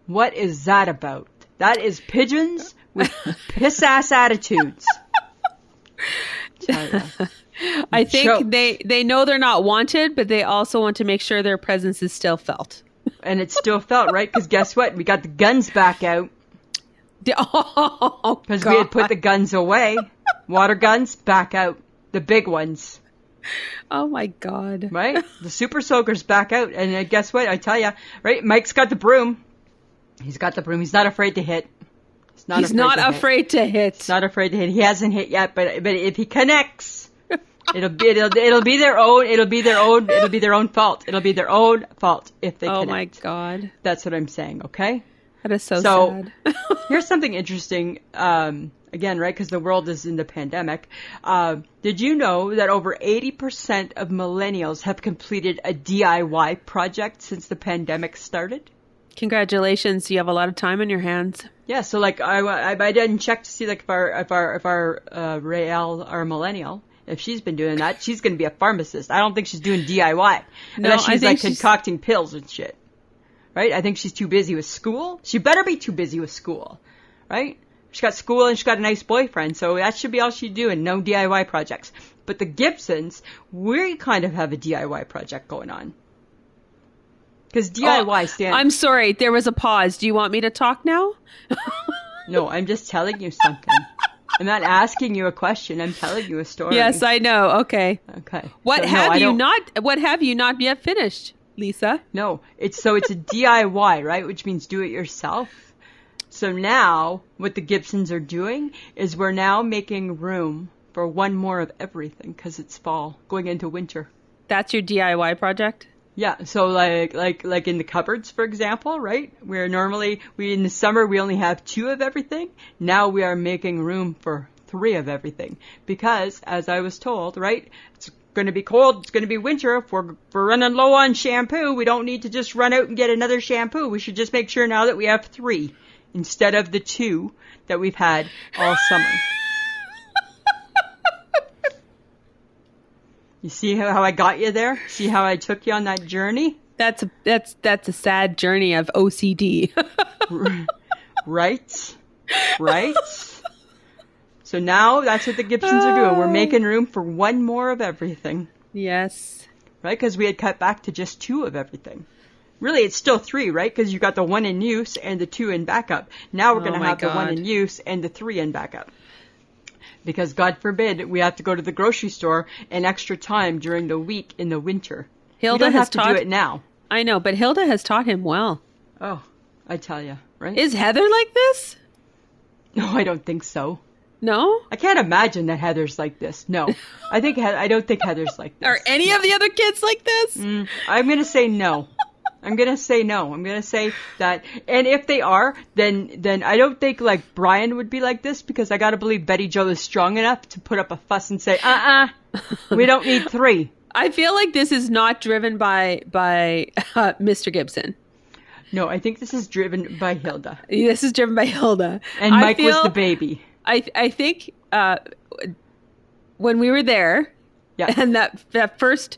S2: What is that about? That is pigeons with piss ass attitudes. Tell ya.
S1: I think
S2: Joke.
S1: they they know they're not wanted, but they also want to make sure their presence is still felt.
S2: And it still felt right because guess what? We got the guns back out
S1: D- Oh,
S2: because we had put the guns away. Water guns back out. The big ones.
S1: oh my god!
S2: right? The super soaker's back out, and uh, guess what? I tell ya, right? Mike's got the broom. He's got the broom. He's not afraid to hit. He's not
S1: He's not
S2: to hit.
S1: afraid to hit.
S2: Not afraid to hit. He hasn't hit yet, but but if he connects, it'll be it'll, it'll be their own. It'll be their own. It'll be their own fault. It'll be their own fault if they
S1: oh my
S2: connect.
S1: god!
S2: That's what I'm saying. Okay.
S1: That is so,
S2: So-
S1: sad.
S2: Here's something interesting. Um, again, right? Because the world is in the pandemic. Um, did you know that over 80% of millennials have completed a DIY project since the pandemic started?
S1: Congratulations, you have a lot of time on your hands.
S2: Yeah. So like, I, I, I didn't check to see like if our if our if our uh, Rael, our millennial. If she's been doing that, she's going to be a pharmacist. I don't think she's doing DIY.
S1: No,
S2: unless
S1: I
S2: she's
S1: think
S2: like
S1: she's-
S2: concocting pills and shit. Right? I think she's too busy with school. She better be too busy with school. Right? She's got school and she's got a nice boyfriend, so that should be all she's doing. No DIY projects. But the Gibsons, we kind of have a DIY project going on. Because DIY
S1: Oh,
S2: stands.
S1: I'm sorry, there was a pause. Do you want me to talk now?
S2: No, I'm just telling you something. I'm not asking you a question. I'm telling you a story.
S1: Yes, I know. Okay.
S2: Okay.
S1: What
S2: Uh, So, no,
S1: have
S2: I
S1: you
S2: don't-
S1: not what have you not yet finished, Lisa?
S2: No, it's so it's a DIY, right? Which means do it yourself. So now what the Gibsons are doing is we're now making room for one more of everything because it's fall, going into winter.
S1: That's your DIY project?
S2: Yeah, so like like like in the cupboards, for example, right? Where normally we in the summer we only have two of everything. Now we are making room for three of everything because, as I was told, right, it's going to be cold. It's going to be winter. If we're, if we're running low on shampoo, we don't need to just run out and get another shampoo. We should just make sure now that we have three instead of the two that we've had all summer. You see how how I got you there? See how I took you on that journey?
S1: That's a, that's that's a sad journey of OCD.
S2: Right? Right? so now that's what the Gibsons are doing. We're making room for one more of everything,
S1: yes.
S2: right? Because we had cut back to just two of everything. Really, it's still three, right? Because you got the one in use and the two in backup. Now we're
S1: Oh
S2: going to
S1: my
S2: have the one
S1: God.
S2: in use and the three in backup. Because God forbid we have to go to the grocery store an extra time during the week in the winter.
S1: Hilda
S2: you don't
S1: has
S2: have to
S1: taught-
S2: do it now.
S1: I know, but Hilda has taught him well.
S2: Oh, I tell you, right?
S1: Is Heather like this?
S2: no, I don't think so.
S1: No?
S2: I can't imagine that Heather's like this. No, I think he- I don't think Heather's like this.
S1: Are any of the other kids like this?
S2: Mm, I'm gonna say no. I'm gonna say no. I'm gonna say that. And if they are, then then I don't think like Brian would be like this because I gotta believe Betty Joe is strong enough to put up a fuss and say, uh uh we don't need three.
S1: I feel like this is not driven by by uh, Mr. Gibson.
S2: No, I think this is driven by Hilda.
S1: This is driven by Hilda.
S2: And
S1: I
S2: Mike was
S1: feel-
S2: the baby.
S1: I I think uh, when we were there,
S2: Yeah.
S1: and that that first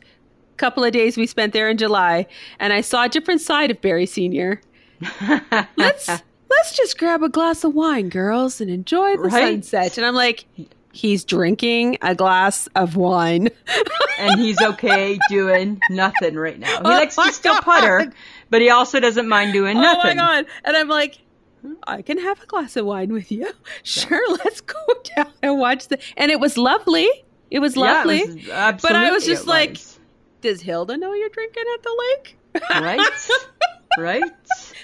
S1: couple of days we spent there in July, and I saw a different side of Barry Senior. Let's let's just grab a glass of wine, girls, and enjoy the
S2: Right?
S1: sunset. And I'm like, he's drinking a glass of wine.
S2: and he's okay doing nothing right now. He likes to still putter, but he also doesn't mind doing nothing.
S1: Oh Oh my god! And I'm like. I can have a glass of wine with you. Sure, let's go down and watch the. And it was lovely. It was
S2: Yeah, it
S1: lovely.
S2: was- absolutely
S1: was just
S2: it
S1: like-
S2: was.
S1: Does Hilda know you're drinking at the lake?
S2: right, right.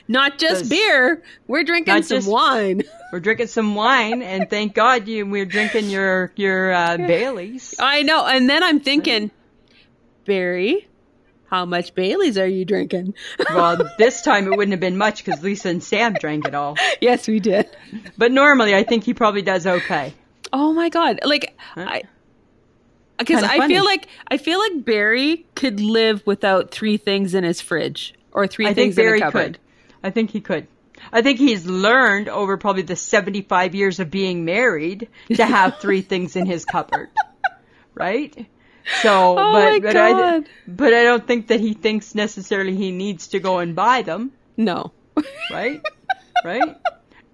S1: Not just
S2: Does-
S1: beer. We're drinking
S2: Not
S1: some
S2: just-
S1: wine.
S2: We're drinking some wine, and thank God you we're drinking your your uh, Bailey's.
S1: I know. And then I'm thinking, Barry, how much Bailey's are you drinking?
S2: Well, this time it wouldn't have been much because Lisa and Sam drank it all.
S1: yes, we did.
S2: But normally, I think he probably does okay.
S1: Oh my god. Like I because
S2: Kinda
S1: I
S2: funny.
S1: feel like I feel like Barry could live without three things in his fridge or three
S2: I think
S1: things
S2: Barry
S1: in a
S2: could.
S1: cupboard.
S2: I think he could. I think he's learned over probably the 75 years of being married to have three things in his cupboard. Right? So,
S1: Oh
S2: but
S1: my
S2: but I
S1: God.
S2: but I don't think that he thinks necessarily he needs to go and buy them,
S1: No.
S2: right? right?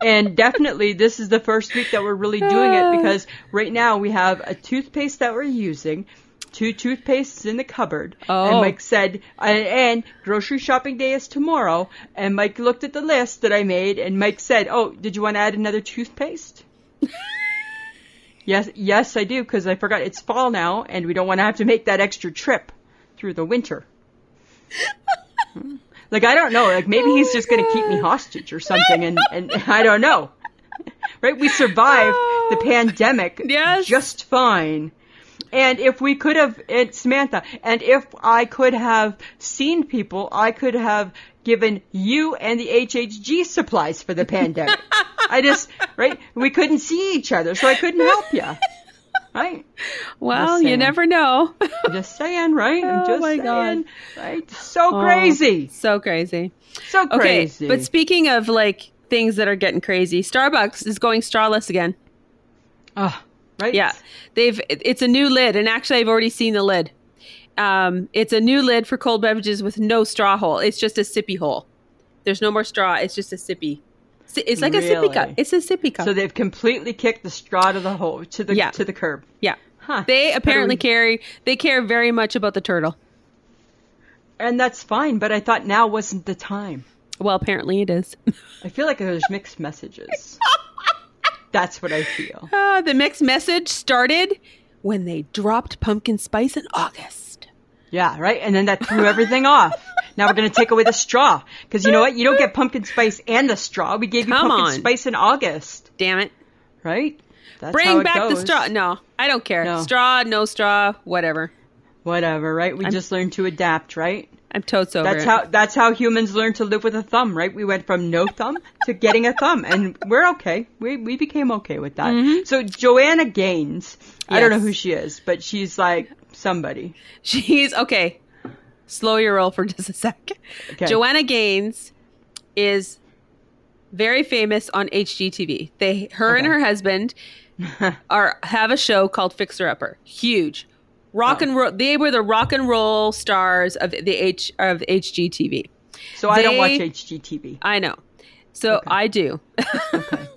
S2: And definitely this is the first week that we're really doing it because right now we have a toothpaste that we're using, two toothpastes in the cupboard. And
S1: Oh.
S2: Mike said, I- and grocery shopping day is tomorrow. And Mike looked at the list that I made, and Mike said, "Oh, did you want to add another toothpaste?" yes, yes, I do, because I forgot it's fall now, and we don't want to have to make that extra trip through the winter. Hmm. like I don't know, like maybe he's just going to keep me hostage or something, and and I don't know. Right, we survived the pandemic
S1: Yes.
S2: just fine. And if we could have, and Samantha, and if I could have seen people, I could have given you and the HHG supplies for the pandemic. I just, right? We couldn't see each other, so I couldn't help you. Right?
S1: Well,
S2: Just
S1: you
S2: saying.
S1: never know.
S2: Just saying, right? I'm
S1: Oh
S2: just
S1: my God.
S2: saying, right? So crazy.
S1: so crazy.
S2: So
S1: Okay,
S2: crazy.
S1: but speaking of like things that are getting crazy, Starbucks is going strawless again.
S2: Ugh, Ah, right?
S1: Yeah, they've it- it's a new lid, and actually, I've already seen the lid. Um, it's a new lid for cold beverages with no straw hole. It's just a sippy hole. There's no more straw. It's just a sippy. Si- It's like a sippy cup.
S2: Really?
S1: It's a sippy cup.
S2: So they've completely kicked the straw to the hole to the
S1: Yeah.
S2: to the curb.
S1: yeah,
S2: Huh.
S1: they apparently carry. They care very much about the turtle.
S2: and that's fine, but I thought now wasn't the time.
S1: Well, apparently it is.
S2: I feel like there's mixed messages. that's what I feel.
S1: Ah, the mixed message started when they dropped pumpkin spice in August.
S2: Yeah, right? And then that threw everything off. Now we're going to take away the straw. Because you know what? You don't get pumpkin spice and the straw. We gave you
S1: Come
S2: pumpkin
S1: on.
S2: spice in August,
S1: Damn it.
S2: right? That's how
S1: Bring
S2: it
S1: back the
S2: goes.
S1: straw. No, I don't care.
S2: No.
S1: Straw, no straw, whatever.
S2: Whatever, right? We just learned to adapt, right?
S1: I'm totes over
S2: That's
S1: it.
S2: how that's how humans learn to live with a thumb, right? We went from no thumb to getting a thumb, and we're okay. We we became okay with that. So Joanna Gaines, I don't know
S1: Mm-hmm. Yes.
S2: who she is, but she's like somebody.
S1: She's okay. Slow your roll for just a sec.
S2: Okay.
S1: Joanna Gaines is very famous on HGTV. They, her and
S2: Okay.
S1: her husband, are have a show called Fixer Upper. Huge, rock
S2: Oh.
S1: and roll. They were the rock and roll stars of the H of HGTV.
S2: So I don't watch
S1: They-
S2: HGTV.
S1: I know. So I do.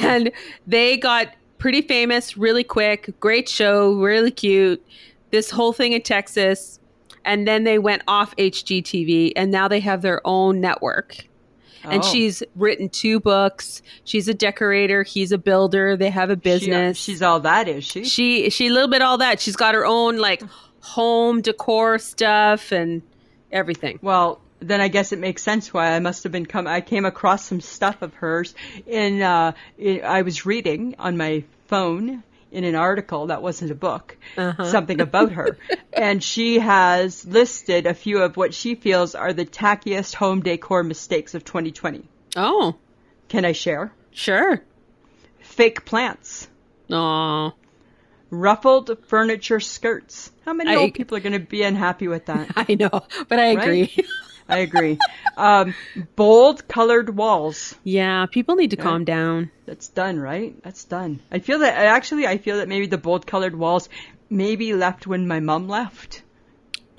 S1: and they got pretty famous really quick. Great show, really cute. This whole thing in Texas. And then they went off HGTV and now they have their own network. And
S2: Oh.
S1: she's written two books. She's a decorator, he's a builder. They have a
S2: She- uh,
S1: business.
S2: she's all that, is she?
S1: she she a little bit all that. She's got her own like home decor stuff and everything.
S2: Well, then I guess it makes sense why I must have been come. I came across some stuff of hers in. Uh, in I was reading on my phone in an article that wasn't a book, something about her, and she has listed a few of what she feels are the tackiest home decor mistakes of 2020.
S1: Oh,
S2: Can I share?
S1: sure.
S2: Fake plants,
S1: Oh.
S2: ruffled furniture skirts. How many
S1: I-
S2: old people are going to be unhappy with that?
S1: I know, but I agree.
S2: I agree. Um, bold colored walls.
S1: yeah, people need to calm down.
S2: That's done, right? That's done. I feel that I actually I feel that maybe the bold colored walls maybe left when my mom left.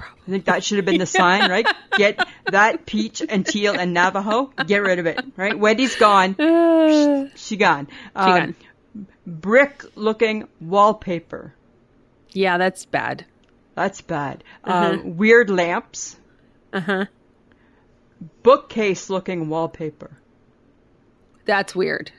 S2: I think that should have been the sign, right? Get that peach and teal and Navajo. Get rid of it, right? Wendy's gone. Oh,
S1: Uh,
S2: She gone. Um,
S1: gone.
S2: Brick looking wallpaper.
S1: yeah, that's bad.
S2: That's bad. Um, weird lamps. Uh
S1: Uh-huh.
S2: Bookcase looking wallpaper.
S1: That's weird.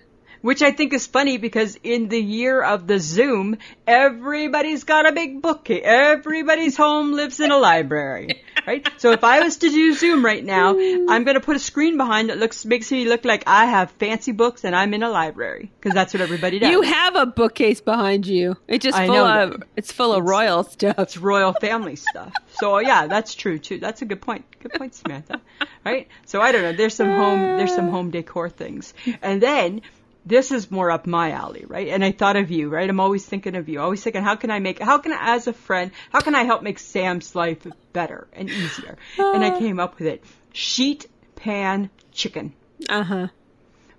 S2: Which I think is funny because in the year of the Zoom, everybody's got a big book. Everybody's home lives in a library, right? So if I was to do Zoom right now, I'm going to put a screen behind that looks makes me look like I have fancy books and I'm in a library because that's what everybody does.
S1: You have a bookcase behind you. It's just
S2: I
S1: full
S2: know
S1: of
S2: that.
S1: it's full of royal
S2: it's
S1: stuff.
S2: royal family stuff. So yeah, that's true too. That's a good point. Good point, Samantha. Right? So I don't know. There's some home there's some home decor things. And then this is more up my alley, right? And I thought of you, right? I'm always thinking of you. Always thinking, how can I make how can I as a friend, how can I help make Sam's life better and easier? And I came up with it. Sheet pan chicken
S1: Uh huh.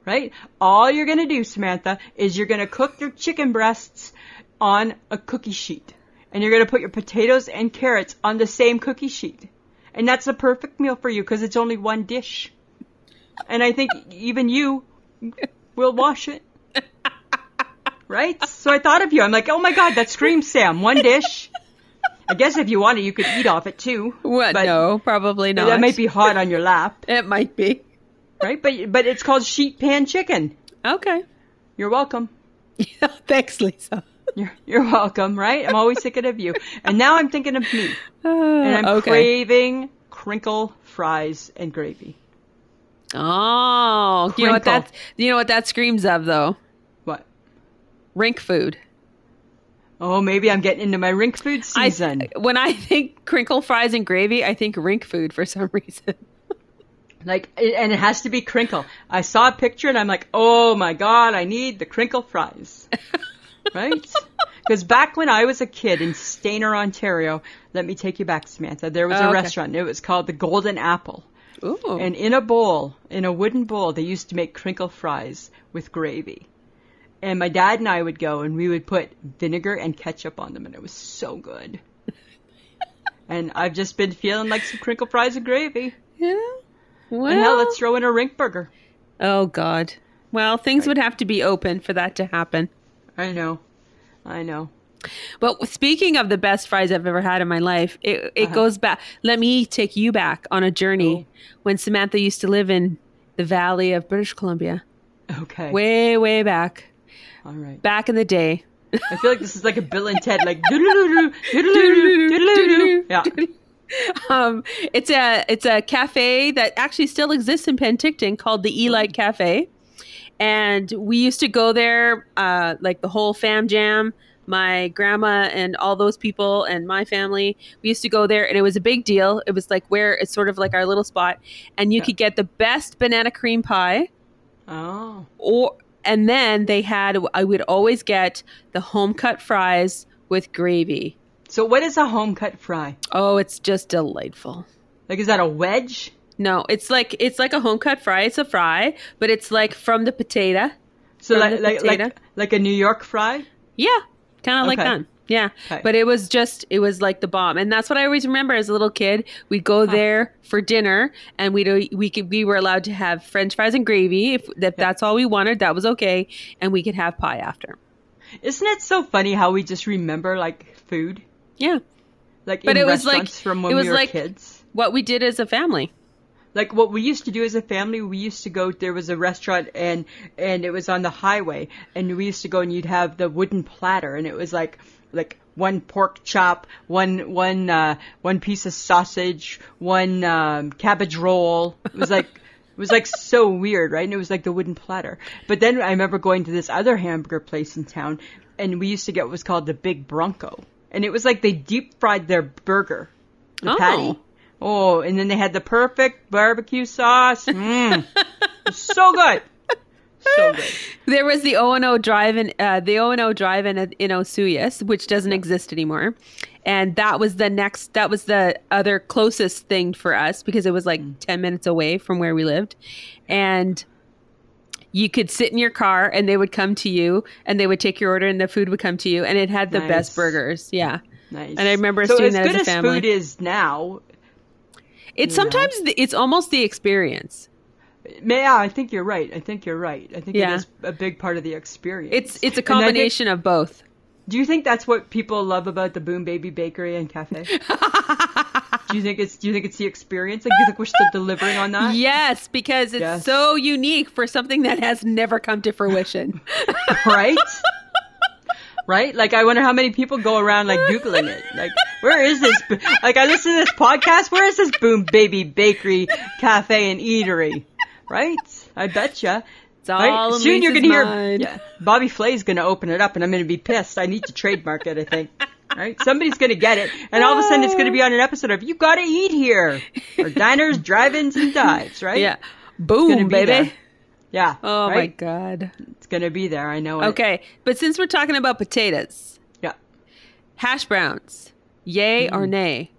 S2: right? All you're going to do, Samantha, is you're going to cook your chicken breasts on a cookie sheet. And you're going to put your potatoes and carrots on the same cookie sheet. And that's the perfect meal for you because it's only one dish. And I think even you will wash it. Right? So I thought of you. I'm like, oh my God, that screams Sam. One dish. I guess if you wanted, you could eat off it too.
S1: What?
S2: But
S1: no, probably not.
S2: That might be hot on your lap,
S1: It might be.
S2: right? But but it's called sheet pan chicken.
S1: Okay.
S2: You're welcome.
S1: Thanks, Lisa.
S2: You're, you're welcome, right? I'm always thinking of you. And now I'm thinking of me.
S1: Uh,
S2: And I'm
S1: okay.
S2: craving crinkle fries and gravy.
S1: oh, you know what
S2: Crinkle.
S1: that's you know what that screams of though.
S2: What?
S1: Rink food.
S2: Oh, maybe I'm getting into my rink food
S1: I,
S2: season.
S1: when I think crinkle fries and gravy, I think rink food for some reason.
S2: like, it- and it has to be crinkle. I saw a picture and I'm like, oh my god, I need the crinkle fries, right? Because back when I was a kid in Stainer, Ontario, let me take you back, Samantha. There was
S1: Oh,
S2: a
S1: okay.
S2: restaurant. It was called the Golden Apple.
S1: Ooh.
S2: And in a bowl, in a wooden bowl, they used to make crinkle fries with gravy. And my dad and I would go and we would put vinegar and ketchup on them, and it was so good. and I've just been feeling like some crinkle fries and gravy.
S1: yeah.
S2: And now
S1: Well,
S2: let's throw in a rink burger.
S1: oh god. Well, things would have to be open for that to happen.
S2: I know. I know.
S1: But speaking of the best fries I've ever had in my life, it, it goes back. Let me take you back on a journey when Samantha used to live in the valley of British Columbia.
S2: Okay.
S1: Way, way back.
S2: All right.
S1: Back in the day.
S2: I feel like this is like a Bill and Ted, like doo-doo-doo-doo, doo-doo-doo-doo, doo-doo-doo-doo. Yeah.
S1: Um, it's a it's a cafe that actually still exists in Penticton called the Elite Cafe, and we used to go there uh, like the whole fam jam. My grandma and all those people and my family, we used to go there, and it was a big deal. It was like where it's sort of like our little spot, and you
S2: Yeah.
S1: could get the best banana cream pie,
S2: Oh.
S1: or and then they had I would always get the home cut fries with gravy.
S2: So what is a home cut fry?
S1: Oh, it's just delightful.
S2: Like is that a wedge?
S1: No, it's like it's like a home cut fry. It's a fry, but it's like from the potato.
S2: So
S1: From
S2: like
S1: the
S2: like, like
S1: potato?
S2: like a New York fry?
S1: Yeah, kind of like
S2: Okay.
S1: that. Yeah,
S2: Okay.
S1: but it was just it was like the bomb, and that's what I always remember as a little kid. We'd go there for dinner, and we'd we could we were allowed to have French fries and gravy if that that's all we wanted. That was okay, and we could have pie after.
S2: Isn't it so funny how we just remember like food,
S1: Yeah,
S2: like
S1: But
S2: in
S1: it was like-
S2: restaurants from when
S1: it was
S2: we were
S1: like-
S2: kids?
S1: what we did as a family.
S2: Like what we used to do as a family, we used to go. There was a restaurant and and it was on the highway, and we used to go and you'd have the wooden platter, and it was like like one pork chop, one one uh, one piece of sausage, one um, cabbage roll. It was like. It was like so weird, right? And it was like the wooden platter. But then I remember going to this other hamburger place in town, and we used to get what was called the Big Bronco, and it was like they deep fried their burger, the
S1: Oh.
S2: patty. Oh, and then they had the perfect barbecue sauce. Mm. so good, so good.
S1: There was the O and O drive-in, uh, the O and O drive-in at- in Osuyas, which doesn't exist anymore, and that was the next. That was the other closest thing for us because it was like
S2: Mm.
S1: ten minutes away from where we lived, and you could sit in your car and they would come to you and they would take your order and the food would come to you and it had the
S2: Nice.
S1: best burgers. Yeah,
S2: Nice.
S1: And I remember us
S2: so
S1: doing
S2: as
S1: that as
S2: good
S1: a
S2: as
S1: family.
S2: food is now.
S1: it's
S2: You know.
S1: sometimes the, it's almost the experience.
S2: Yeah, I think you're right. I think you're right. I think
S1: Yeah.
S2: it is a big part of the experience.
S1: It's it's a
S2: And I think-
S1: combination of both.
S2: do you think that's what people love about the Boom Baby Bakery and Cafe? do you think it's Do you think it's the experience? Like, do you think we're still delivering on that?
S1: Yes, because it's
S2: Yes.
S1: so unique for something that has never come to fruition.
S2: right? Right? Like, I wonder how many people go around, like, Googling it. Like, where is this? bo- Like, I listen to this podcast. Where is this Boom Baby Bakery, Cafe, and Eatery? Right? I betcha.
S1: It's all in
S2: Soon you're
S1: Lisa's
S2: gonna
S1: mind.
S2: hear yeah, Bobby Flay's going to open it up, and I'm going to be pissed. I need to trademark it, I think. Right? Somebody's going to get it, and all of a sudden it's going to be on an episode of You Gotta Eat Here, or Diners, Drive-Ins, and Dives, right?
S1: Yeah.
S2: Gonna
S1: Boom,
S2: be
S1: baby.
S2: there. Yeah.
S1: Oh my
S2: right?
S1: god.
S2: It's going to be there. I know it.
S1: Okay, but since we're talking about potatoes,
S2: Yeah.
S1: hash browns, yay
S2: Mm-hmm.
S1: or nay?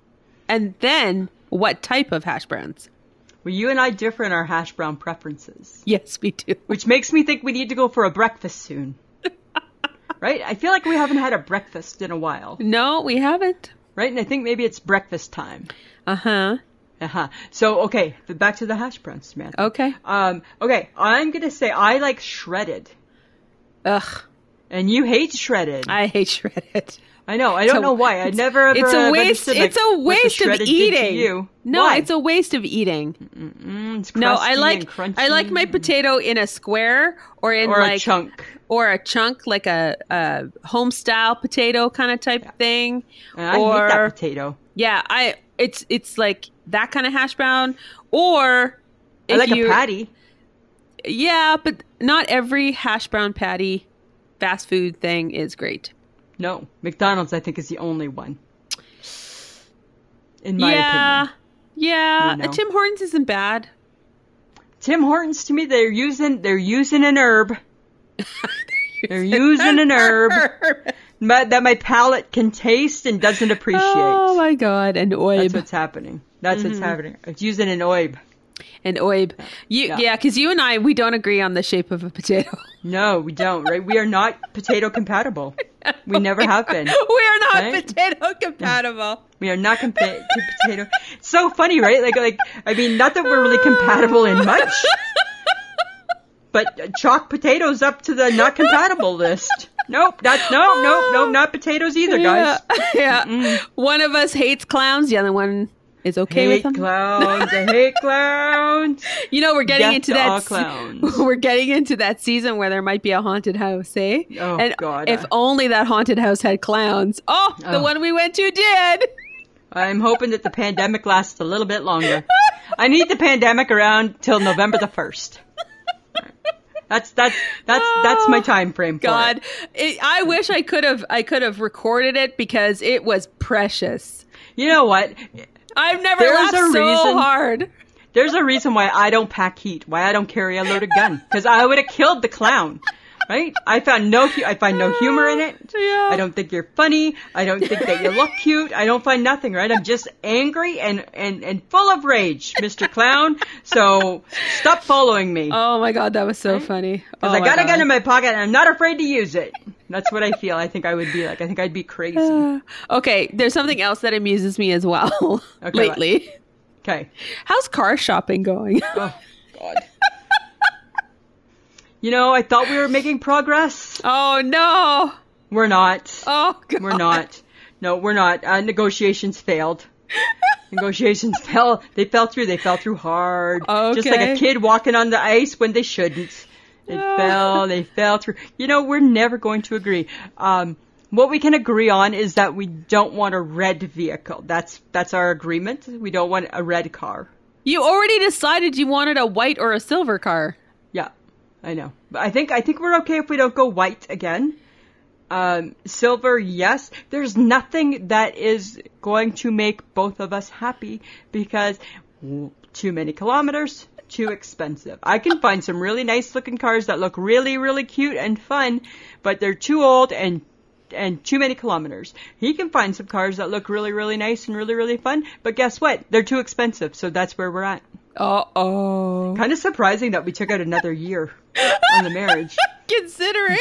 S1: And then what type of hash browns?
S2: Well, you and I differ in our hash brown preferences,
S1: Yes, we do.
S2: which makes me think we need to go for a breakfast soon. right? I feel like we haven't had a breakfast in a while,
S1: No, we haven't.
S2: right? And I think maybe it's breakfast time.
S1: Uh-huh.
S2: Uh-huh. So, okay, th- back to the hash browns, Samantha.
S1: Okay.
S2: Um, okay, I'm going to say I like shredded.
S1: Ugh.
S2: And you hate shredded. I,
S1: I hate shredded.
S2: know. I don't
S1: a-
S2: know why. I
S1: it's-
S2: never ever
S1: It's a
S2: have
S1: waste.
S2: understood,
S1: It's
S2: like,
S1: a
S2: what the
S1: waste of
S2: shredded did to
S1: eating.
S2: you.
S1: No,
S2: Why?
S1: it's a waste of eating.
S2: Mm, it's
S1: No, I
S2: crusty
S1: like
S2: and crunchy
S1: I like my potato in a square or in
S2: or
S1: like
S2: a chunk.
S1: or a chunk like a, a home style potato kind of type thing
S2: And I
S1: or
S2: hate that potato.
S1: yeah i it's it's like that kind of hash brown or
S2: I
S1: if
S2: like
S1: you-
S2: a patty.
S1: yeah but not every hash brown patty fast food thing is great
S2: No, McDonald's I think is the only one. In my
S1: yeah,
S2: opinion,
S1: yeah.
S2: You know.
S1: Tim Hortons isn't bad.
S2: Tim Hortons to me they're using they're using an herb. they're using an herb my, that my palate can taste and doesn't appreciate.
S1: Oh my god, an
S2: That's
S1: oib,
S2: what's happening. That's what's happening. It's using an oib.
S1: an oib. You,
S2: Yeah.
S1: yeah, because you and I, we don't agree on the shape of a potato.
S2: No, we don't. Right? We are not potato compatible. We never have been.
S1: we are not
S2: Right?
S1: potato compatible.
S2: We are not compa- to potato. It's so funny, right? Like, like I mean, not that we're really compatible in much, but chalk potatoes up to the not compatible list. Nope, that's no, nope, nope, not potatoes either, guys.
S1: yeah. One of us hates clowns. The other one is okay with
S2: hate
S1: them.
S2: clowns. I hate clowns.
S1: You know, we're getting
S2: Death
S1: into
S2: to
S1: that.
S2: all
S1: se-
S2: clowns.
S1: We're getting into that season where there might be a haunted house, eh?
S2: Oh,
S1: and
S2: God.
S1: If only that haunted house had clowns. Oh, the
S2: Oh.
S1: one we went to did.
S2: I'm hoping that the pandemic lasts a little bit longer. I need the pandemic around till November the first. That's that's that's that's my time frame. For
S1: Oh, God,
S2: it.
S1: it, I wish I could have. I could have recorded it because it was precious.
S2: you know what?
S1: I've never
S2: There's
S1: laughed
S2: a
S1: so
S2: reason-
S1: hard.
S2: There's a reason why I don't pack heat, why I don't carry a loaded gun, because I would have killed the clown. Right? I found no, hu- I find no humor in it.
S1: Yeah.
S2: I don't think you're funny. I don't think that you look cute. I don't find nothing. Right? I'm just angry and and and full of rage, Mr. Clown. So stop following me.
S1: Oh my god, that was so funny. Oh
S2: Because I
S1: my
S2: got a
S1: God.
S2: gun in my pocket and I'm not afraid to use it. That's what I feel. I think I would be like. I think I'd be crazy.
S1: Okay, there's something else that amuses me as well
S2: what?
S1: lately.
S2: Okay.
S1: How's car shopping going?
S2: Oh God. You know, I thought we were making progress.
S1: oh no.
S2: We're not.
S1: Oh god.
S2: We're not. No, we're not. Uh, negotiations failed. negotiations fell. They fell through. They fell through hard. Just like a
S1: Okay.
S2: kid walking on the ice when they shouldn't. They
S1: Oh.
S2: fell. They fell through. You know, we're never going to agree. Um, what we can agree on is that we don't want a red vehicle. That's that's our agreement. We don't want a red car.
S1: You already decided you wanted a white or a silver car.
S2: Yeah, I know. But I think I think we're okay if we don't go white again. Um, silver, yes. There's nothing that is going to make both of us happy because w- too many kilometers, too expensive. I can find some really nice looking cars that look really, really cute and fun, but they're too old and and too many kilometers. He can find some cars that look really, really nice and really, really fun, but guess what? They're too expensive, so that's where we're at.
S1: Uh oh.
S2: Kind of surprising that we took out another year on the marriage,
S1: Considering.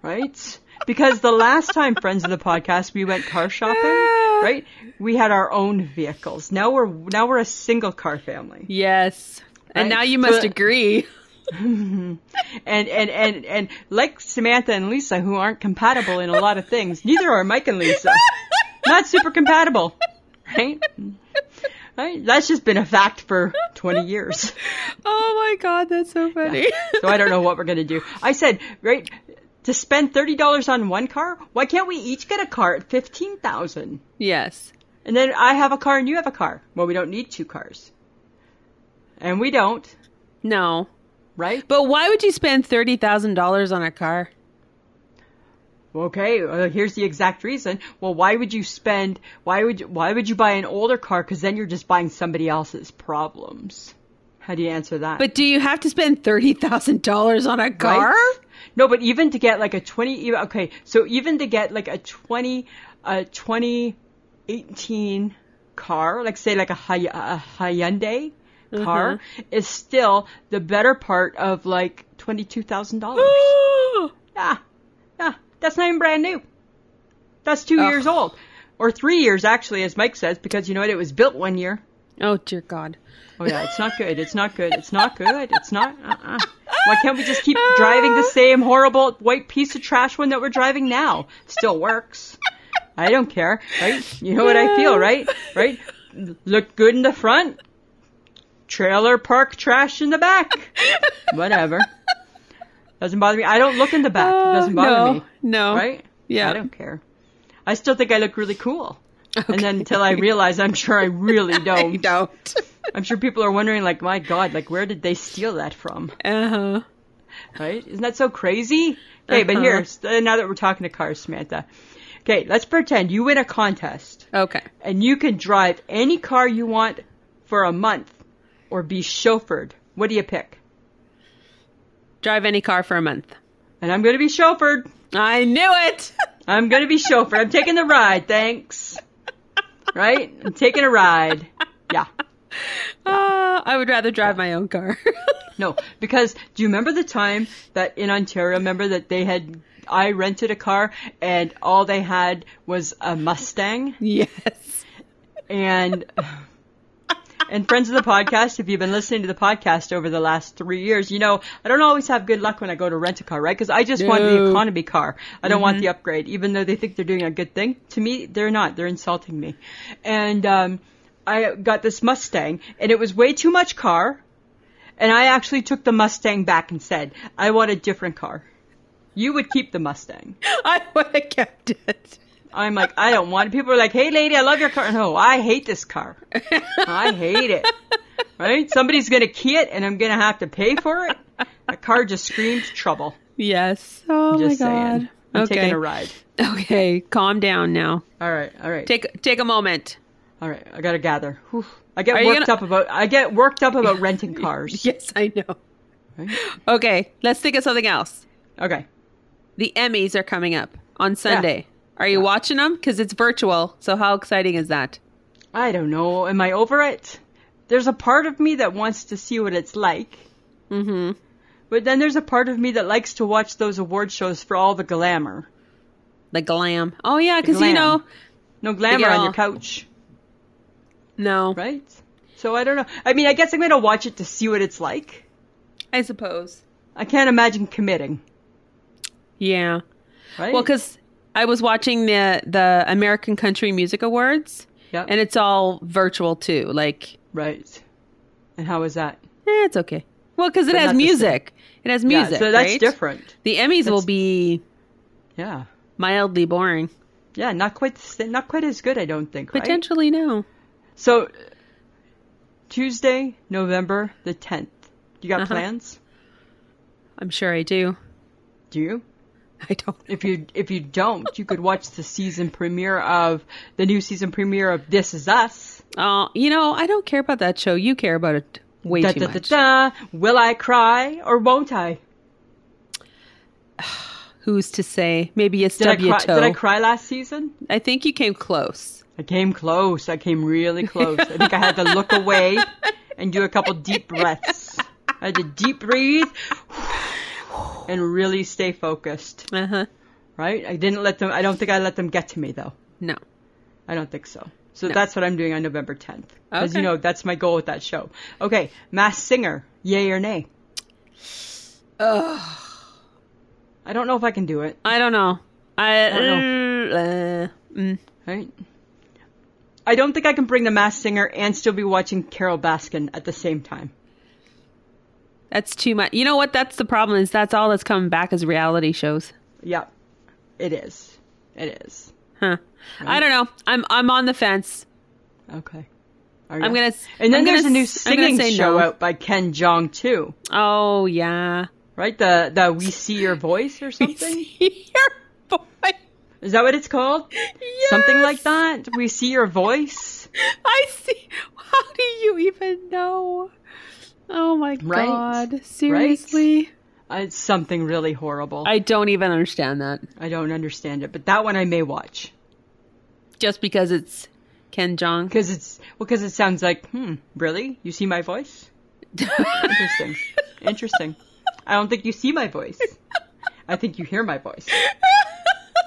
S2: right? Because the last time, friends of the podcast, we went car shopping, right? We had our own vehicles. Now we're now we're a single car family,
S1: Yes. And
S2: Right.
S1: now you must
S2: So-
S1: agree.
S2: and and and and like Samantha and Lisa, who aren't compatible in a lot of things, neither are Mike and Lisa. Not super compatible, right? Right? That's just been a fact for 20 years.
S1: Oh my god, that's so funny.
S2: so I don't know what we're gonna do. I said, right, to spend thirty dollars on one car, why can't we each get a car at fifteen thousand?
S1: yes.
S2: And then I have a car and you have a car. Well, we don't need two cars, and we don't,
S1: No.
S2: right?
S1: But why would you spend $30,000 on a car?
S2: Okay, well, here's the exact reason. Well, why would you spend? Why would why would you buy an older car? Because then you're just buying somebody else's problems. How do you answer that?
S1: But do you have to spend $30,000 on a car?
S2: Right? No, but even to get like a 20, e- okay, so even to get like a 20, a 2018 car, like say like a, Hy- a Hyundai car, is still the better part of like $22,000. yeah, yeah, that's not even brand new. That's two
S1: Ugh.
S2: years old. Or three years, actually, as Mike says, because you know what? It was built one year.
S1: oh dear god.
S2: Oh yeah, it's not good. It's not good. It's not good. It's not. Uh-uh. Why can't we just keep driving the same horrible white piece of trash one that we're driving now? Still works. I don't care, right? You know what I feel, right? Right? Look good in the front. Trailer park trash in the back. Whatever. Doesn't bother me. I don't look in the back. It doesn't bother
S1: no,
S2: me.
S1: Oh, No.
S2: Right?
S1: Yeah.
S2: I don't care. I still think I look really cool. And then until I realize, I'm sure I really
S1: You
S2: don't.
S1: don't.
S2: I'm sure people are wondering, like, my God, like, where did they steal that from?
S1: uh huh.
S2: right? Isn't that so crazy? Okay, but
S1: Uh-huh.
S2: here, s- uh, now that we're talking to cars, Samantha. Okay, let's pretend you win a contest
S1: Okay.
S2: and you can drive any car you want for a month or be chauffeured. What do you pick?
S1: Drive any car for a month.
S2: And I'm going to be chauffeured.
S1: I knew it.
S2: I'm going to be chauffeured. I'm taking the ride. Thanks. Right? I'm taking a ride. Yeah.
S1: Uh, I would rather drive my own car.
S2: No, because do you remember the time that in Ontario, remember that they had, I rented a car and all they had was a Mustang?
S1: yes.
S2: and and friends of the podcast, if you've been listening to the podcast over the last three years, you know I don't always have good luck when I go to rent a car, right? Because I just want the
S1: No.
S2: economy car. I don't want the upgrade, even though they think they're doing a good thing. To me, they're not. They're insulting me. And um, I got this Mustang, and it was way too much car. And I actually took the Mustang back and said, I want a different car. You would keep the Mustang.
S1: I would have kept it.
S2: I'm like, I don't want it. People are like, hey, lady, I love your car. No, I hate this car. I hate it. Right? Somebody's going to key it and I'm going to have to pay for it. The car just screams trouble.
S1: Yes. Oh
S2: Just
S1: my
S2: saying.
S1: god.
S2: I'm
S1: okay.
S2: taking a ride.
S1: Okay. Calm down now.
S2: All right. All right.
S1: Take take a moment.
S2: all right. I got to gather. Whew. I get
S1: Are you
S2: worked
S1: gonna-
S2: up about I get worked up about renting cars.
S1: Yes, I know.
S2: Right?
S1: Okay. Let's think of something else.
S2: Okay.
S1: The Emmys are coming up on Sunday. Are you watching them? Because it's virtual. So how exciting is that?
S2: I don't know. Am I over it? There's a part of me that wants to see what it's like.
S1: Mm-hmm.
S2: But then there's a part of me that likes to watch those award shows for all the glamour.
S1: The glam. Oh yeah, because you
S2: glam.
S1: know.
S2: No glamour on your
S1: all-
S2: couch.
S1: No.
S2: Right? So I don't know. I mean, I guess I'm going to watch it to see what it's like.
S1: I suppose.
S2: I can't imagine committing,
S1: Yeah.
S2: right?
S1: Well, because I was watching the the American Country Music Awards,
S2: Yep.
S1: and it's all virtual too. Like,
S2: right. And how is that?
S1: eh, it's okay. Well, because it
S2: But
S1: has
S2: not the same.
S1: music. It has music.
S2: yeah, so that's
S1: right?
S2: different.
S1: The Emmys will
S2: That's-
S1: be
S2: Yeah.
S1: mildly boring.
S2: Yeah, not quite the sa- not quite as good, I don't think, right?
S1: Potentially no.
S2: So Tuesday, November the 10th. You got
S1: Uh-huh.
S2: plans?
S1: I'm sure I do.
S2: Do you?
S1: I don't.
S2: If you if you don't, you could watch the season premiere of the new season premiere of This Is Us.
S1: Oh, you know, I don't care about that show. You care about it way
S2: Da,
S1: too
S2: da, da,
S1: much.
S2: da. Will I cry or won't I?
S1: Who's to say? Maybe a
S2: Did I
S1: stub your
S2: cry,
S1: toe.
S2: did I cry last season?
S1: I think you came close.
S2: I came close. I came really close. I think I had to look away and do a couple deep breaths. I had to deep breathe and really stay focused,
S1: Uh huh.
S2: right? I didn't let them, I don't think I let them get to me though.
S1: No.
S2: I don't think so. So that's what I'm doing on November 10th. Because, you
S1: Okay.
S2: know, that's my goal with that show. Okay, Mass Singer, yay or nay?
S1: Ugh.
S2: I don't know if I can do it,
S1: I don't know. I
S2: don't
S1: Uh, mm.
S2: right? I don't think I can bring the Mass Singer and still be watching Carol Baskin at the same time.
S1: That's too much. You know what? That's the problem. Is that's all that's coming back is reality shows.
S2: Yeah, it is. It is.
S1: Huh. I don't know. I'm I'm on the fence.
S2: Okay.
S1: I'm gonna. s-
S2: And then
S1: I'm gonna
S2: there's a new
S1: s- I'm gonna
S2: singing
S1: say
S2: show
S1: no.
S2: out by Ken Jong too,
S1: Oh yeah.
S2: right? The the We See Your Voice or something.
S1: Your boy.
S2: Is that what it's called? Something
S1: Yes.
S2: like that. We See Your Voice,
S1: I see. How do you even know? Oh my
S2: Right.
S1: god.
S2: Right.
S1: Seriously.
S2: Uh, it's something really horrible. I,
S1: I don't even understand that.
S2: don't understand it, but that one I may watch
S1: Just because it's Ken Jong.
S2: because it's well because it sounds like hmm really you see my voice interesting interesting. I don't think you see my voice. I think you hear my voice.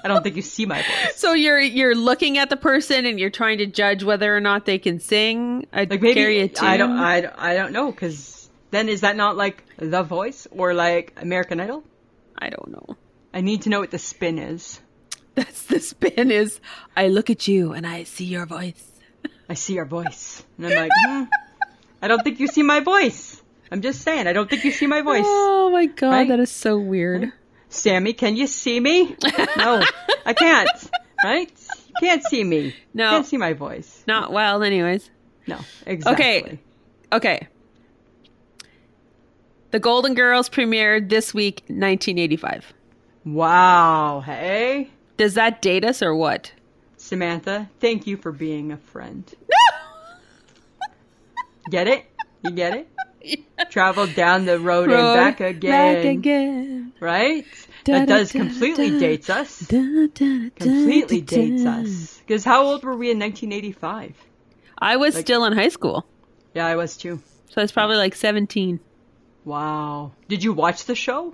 S2: I don't think you see my voice.
S1: So you're you're looking at the person and you're trying to judge whether or not they can sing a
S2: like maybe
S1: carry a tune.
S2: I don't I, don't- I don't know because then is that not like The Voice or like American Idol?
S1: I don't know.
S2: I need to know what the spin is.
S1: That's the spin is I look at you and I see your voice.
S2: I see your voice, and I'm like, hmm, I don't think you see my voice. I'm just saying, I don't think you see my voice.
S1: Oh my god,
S2: Right?
S1: that is so weird.
S2: Sammy, can you see me? No, I can't. Right? You can't see me.
S1: No.
S2: can't see my voice.
S1: Not well anyways.
S2: No, exactly.
S1: Okay. The Golden Girls premiered this week, 1985.
S2: Wow. Hey,
S1: Does that date us or what?
S2: Samantha, thank you for being a friend. Get it? You get it? Travel down the road, and back again.
S1: Back again.
S2: Right?
S1: Da,
S2: that
S1: da,
S2: does
S1: da,
S2: completely
S1: da,
S2: dates us.
S1: Da, da, da,
S2: Completely
S1: da,
S2: dates
S1: da.
S2: us. Because how old were we in 1985?
S1: I was still in high school,
S2: Yeah, I was too.
S1: so I was probably like 17.
S2: Wow. Did you watch the show?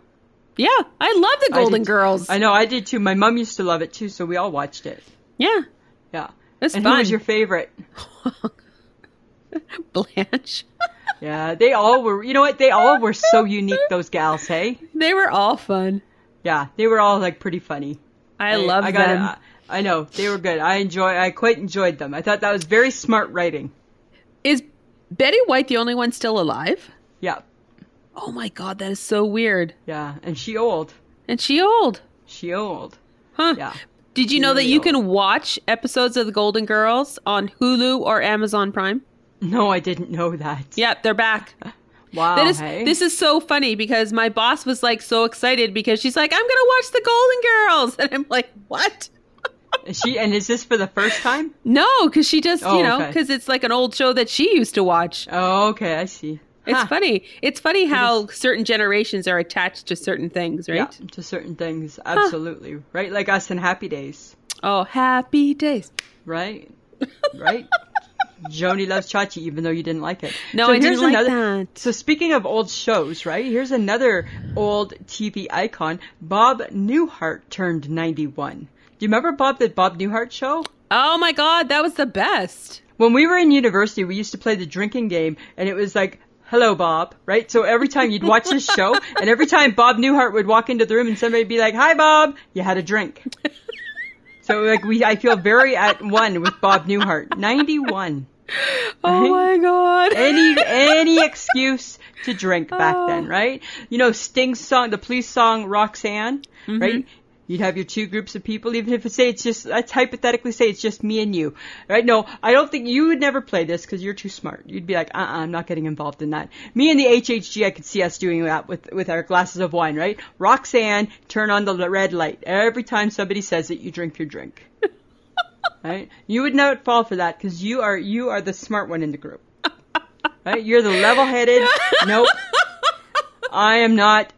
S1: Yeah, I love the
S2: I did-
S1: Golden Girls.
S2: I know, I did too. My mom used to love it too, so we all watched it.
S1: yeah,
S2: Yeah.
S1: it's
S2: and
S1: fun.
S2: who was your favorite?
S1: Blanche.
S2: Yeah, they all were. You know what? They all were so unique. Those gals, hey.
S1: they were all fun.
S2: Yeah, they were all like pretty funny.
S1: I, love
S2: I got
S1: them.
S2: I know they were good. I enjoy. I quite enjoyed them. I thought that was very smart writing.
S1: Is Betty White the only one still alive?
S2: Yeah,
S1: Oh my god, that is so weird.
S2: yeah. And she old.
S1: And she old,
S2: She old.
S1: huh?
S2: Yeah.
S1: Did you know that
S2: really
S1: you
S2: old.
S1: can watch episodes of The Golden Girls on Hulu or Amazon Prime?
S2: No, I didn't know that.
S1: Yep, they're back.
S2: Wow.
S1: That is,
S2: Oh, hey?
S1: This is so funny because my boss was like so excited because she's like, I'm going to watch The Golden Girls. And I'm like, what?
S2: Is she and is this for the first time?
S1: No, because she just,
S2: Oh,
S1: you know,
S2: okay.
S1: because it's like an old show that she used to watch.
S2: Oh, okay. I see.
S1: It's
S2: Huh.
S1: funny. It's funny how certain generations are attached to certain things,
S2: Yeah,
S1: right?
S2: to certain things, absolutely. Right, like us in Happy Days.
S1: Oh, happy days.
S2: Right, right. Joni loves Chachi, even though you didn't like it.
S1: No,
S2: So
S1: I didn't
S2: here's
S1: like
S2: another-
S1: that.
S2: So speaking of old shows, right? Here's another old TV icon. Bob Newhart turned 91. Do you remember Bob the Bob Newhart show?
S1: Oh my God, that was the best.
S2: When we were in university, we used to play the drinking game, and it was like, "Hello, Bob," right? So every time you'd watch this show, and every time Bob Newhart would walk into the room, and somebody'd be like, "Hi, Bob," you had a drink. So like we, I feel very at one with Bob Newhart, ninety-one.
S1: Oh my God.
S2: Any any excuse to drink back then,
S1: Oh.
S2: right? You know, Sting's song, the Police song, Roxanne, right? You'd have your two groups of people, even if it say it's just, let's hypothetically say it's just me and you, right? No, I don't think you would never play this because you're too smart. You'd be like, uh, uh-uh, I'm not getting involved in that. Me and the HHG, I could see us doing that with with our glasses of wine, right? Roxanne, turn on the l- red light every time somebody says it. You drink your drink, right? You would not fall for that because you are you are the smart one in the group. Right? You're the level headed. nope. I am not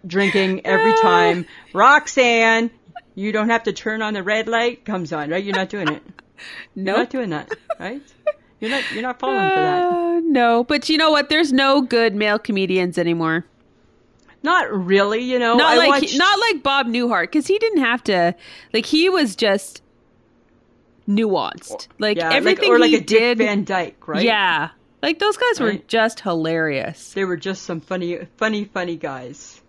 S2: drinking every time. Roxanne, you don't have to turn on the red light. Comes on, right? You're not doing it.
S1: no.
S2: You're not doing that, right? You're not. You're not falling for that.
S1: Uh, no, but you know what? There's no good male comedians anymore.
S2: Not really. You know.
S1: Not
S2: I
S1: like
S2: watched,
S1: not like Bob Newhart because he didn't have to. Like he was just nuanced. Like
S2: yeah,
S1: everything
S2: or like
S1: he
S2: a
S1: did.
S2: Dick Van Dyke, right?
S1: Yeah, like those guys were
S2: Right.
S1: just hilarious.
S2: They were just some funny, funny, funny guys.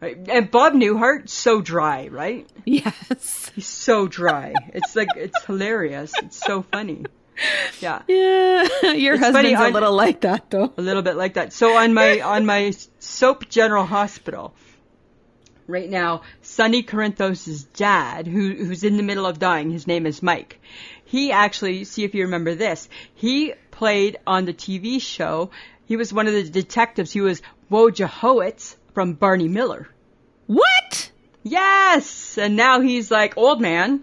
S2: Right? And Bob Newhart, so dry, right?
S1: Yes.
S2: He's so dry. it's like it's hilarious. It's so funny. Yeah.
S1: Yeah, your
S2: It's funny,
S1: husband's a
S2: I-
S1: little like that though.
S2: a little bit like that. So on my on my soap General Hospital right now, Sonny Corinthos' dad, who who's in the middle of dying, his name is Mike. He actually see if you remember this. He played on the TV show. He was one of the detectives. He was Wojciechowicz from Barney Miller.
S1: What?
S2: Yes, and now he's like old man,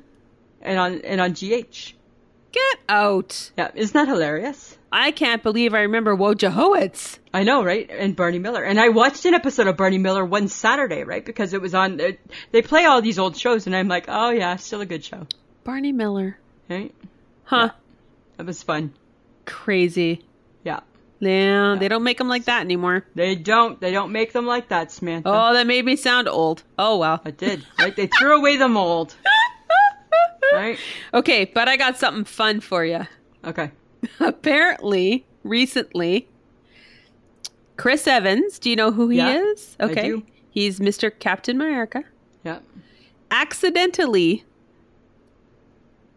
S2: and on and on GH.
S1: Get out!
S2: Yeah, isn't that hilarious?
S1: I can't believe I remember Wojciechowicz.
S2: I know, right? And Barney Miller. And I watched an episode of Barney Miller one Saturday, right? Because it was on. It, they play all these old shows, and I'm like, oh yeah, still a good show,
S1: Barney Miller.
S2: right?
S1: Huh?
S2: That was fun.
S1: Crazy.
S2: Yeah,
S1: Yeah, they don't make them like that anymore.
S2: they don't. They don't make them like that, Samantha.
S1: Oh, that made me sound old. Oh well.
S2: I did. Right? They threw away the mold. Right?
S1: Okay, but I got something fun for you.
S2: Okay.
S1: Apparently, recently, Chris Evans. Do you know who he
S2: Yeah,
S1: is?
S2: I
S1: Okay,
S2: do.
S1: he's Mr. Captain America.
S2: Yeah.
S1: Accidentally,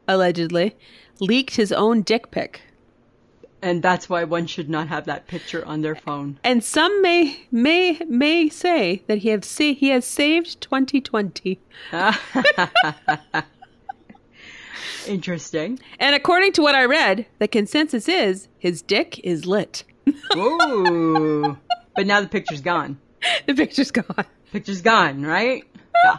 S1: allegedly, leaked his own dick pic,
S2: And that's why one should not have that picture on their phone.
S1: and some may may may say that he have see he has saved 2020.
S2: Interesting.
S1: And according to what I read, the consensus is his dick is lit.
S2: Whoa. but now the picture's gone.
S1: the picture's gone.
S2: Picture's gone, right? Yeah.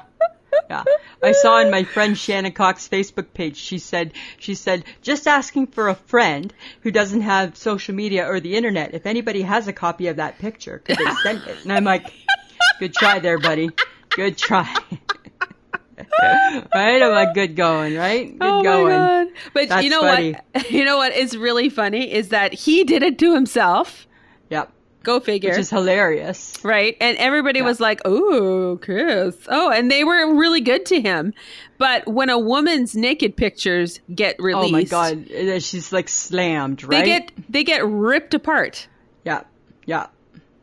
S2: Yeah. I saw on my friend Shannon Cox's Facebook page, she said, she said, just asking for a friend who doesn't have social media or the internet, if anybody has a copy of that picture, could they send it? And I'm like, good try there, buddy. Good try. right? I'm like, good going, right? Good
S1: oh
S2: going.
S1: my god! But
S2: That's
S1: you know what? You know what is really funny is that he did it to himself.
S2: Yep.
S1: Go figure.
S2: Which is hilarious.
S1: Right. And everybody was like, oh, Chris. Oh, and they were really good to him. But when a woman's naked pictures get
S2: Oh
S1: released,
S2: my god. She's like slammed,
S1: they
S2: right?
S1: get they get ripped apart.
S2: Yeah, yeah,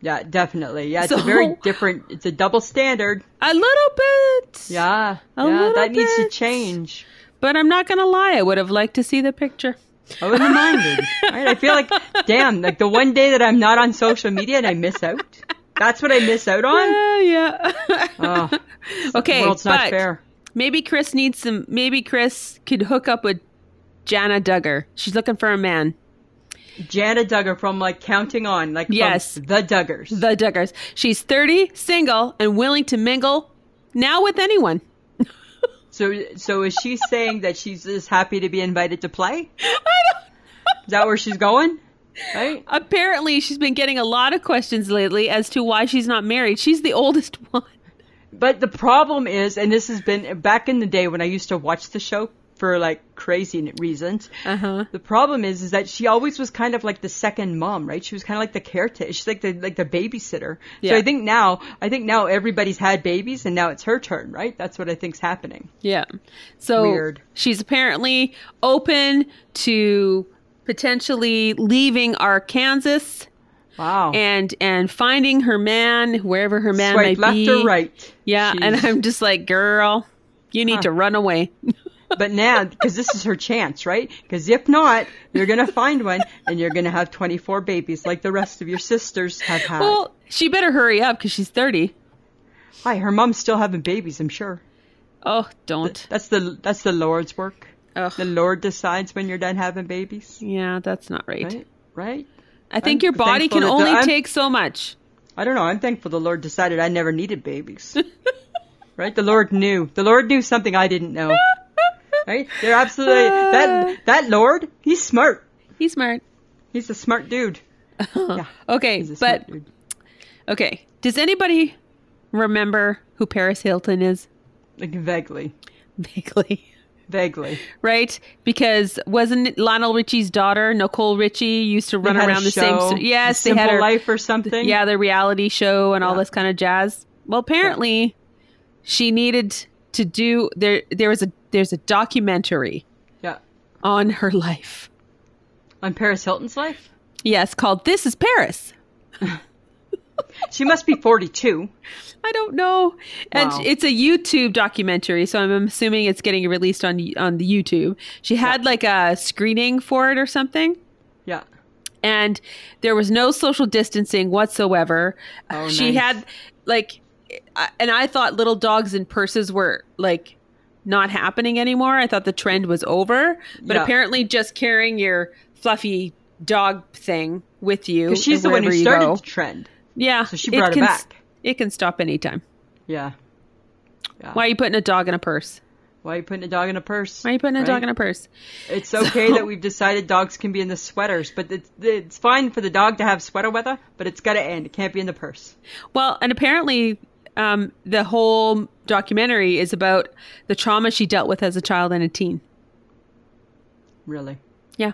S2: yeah, definitely. Yeah, it's a
S1: So-
S2: very different. It's a double standard.
S1: A little bit.
S2: Yeah,
S1: A
S2: yeah, that
S1: little
S2: needs to
S1: bit.
S2: change.
S1: But I'm not gonna lie, I would have liked to see the picture.
S2: I was reminded. right? I feel like, damn, like the one day that I'm not on social media and I miss out. That's what I miss out on.
S1: Yeah, Uh, yeah.
S2: Oh,
S1: okay.
S2: world's not
S1: but
S2: fair.
S1: Maybe Chris needs some maybe Chris could hook up with Jana Duggar. She's looking for a man.
S2: Janet Duggar from like counting on, like from
S1: Yes.
S2: the Duggars.
S1: The Duggars. She's 30, single, and willing to mingle now with anyone.
S2: so, so is she saying that she's just happy to be invited to play? Is that where she's going? Right?
S1: Apparently, she's been getting a lot of questions lately as to why she's not married. She's the oldest one.
S2: But the problem is, and this has been back in the day when I used to watch the show for like crazy reasons.
S1: Uh huh.
S2: The problem is, is that she always was kind of like the second mom, right? She was kind of like the caretaker. She's like the like the babysitter.
S1: Yeah.
S2: So I think now, I think now everybody's had babies, and now it's her turn, right? That's what I think's happening.
S1: Yeah. So
S2: Weird.
S1: she's apparently open to potentially leaving Arkansas
S2: Wow.
S1: and and finding her man wherever her man
S2: Swipe
S1: might
S2: left
S1: be.
S2: or right.
S1: Yeah, and
S2: Jeez.
S1: I'm just like, girl, you need to run away.
S2: But now, because this is her chance, right? Because if not, you're gonna find one, and you're gonna have 24 babies like the rest of your sisters have had.
S1: Well, she better hurry up because she's 30.
S2: Hi, her mom's still having babies, I'm sure.
S1: Oh, don't.
S2: That's the that's the Lord's work.
S1: Ugh.
S2: The Lord decides when you're done having babies,
S1: Yeah, that's not right.
S2: right? Right?
S1: I think
S2: I'm
S1: your body can
S2: thankful that the-
S1: only
S2: I'm-
S1: take so much.
S2: I don't know. I'm thankful the Lord decided I never needed babies. right? The Lord knew. The Lord knew something I didn't know. Right? They're absolutely that that Lord. He's smart.
S1: He's smart.
S2: He's a smart dude. Yeah,
S1: Uh-huh. Okay,
S2: he's a
S1: but
S2: smart dude.
S1: okay. Does anybody remember who Paris Hilton is?
S2: Like vaguely,
S1: Vaguely.
S2: vaguely.
S1: Right? Because wasn't it Lionel Richie's daughter, Nicole Richie, used to run
S2: They had a
S1: around the same
S2: show,
S1: s- Yes, they
S2: Simple
S1: had her
S2: Life or something.
S1: Yeah, the reality show and all
S2: Yeah.
S1: this kind of jazz. Well, apparently she needed to do there there was a there's a documentary
S2: yeah.
S1: on her life.
S2: On Paris Hilton's life,
S1: Yes, called This is Paris.
S2: she must be 42.
S1: I don't know. And
S2: Wow.
S1: it's a YouTube documentary, so I'm assuming it's getting released on on the YouTube. She had like a screening for it or something,
S2: Yeah.
S1: and there was no social distancing whatsoever.
S2: Oh,
S1: she
S2: nice.
S1: had like I- and I thought little dogs and purses were like not happening anymore. I thought the trend was over, but
S2: Yeah.
S1: apparently just carrying your fluffy dog thing with you
S2: Because she's the one who
S1: wherever you
S2: started
S1: go.
S2: the trend.
S1: Yeah.
S2: So she brought it,
S1: can, s-
S2: back.
S1: It can stop anytime.
S2: Yeah. Yeah.
S1: Why are you putting a dog in a purse?
S2: Why are you putting a dog in a purse?
S1: Why are you putting a dog in a purse?
S2: It's okay that we've decided dogs can be in the sweaters, but it's, it's fine for the dog to have sweater weather, but it's got to end. It can't be in the purse.
S1: Well, and apparently um, the whole documentary is about the trauma she dealt with as a child and a teen.
S2: Really.
S1: Yeah.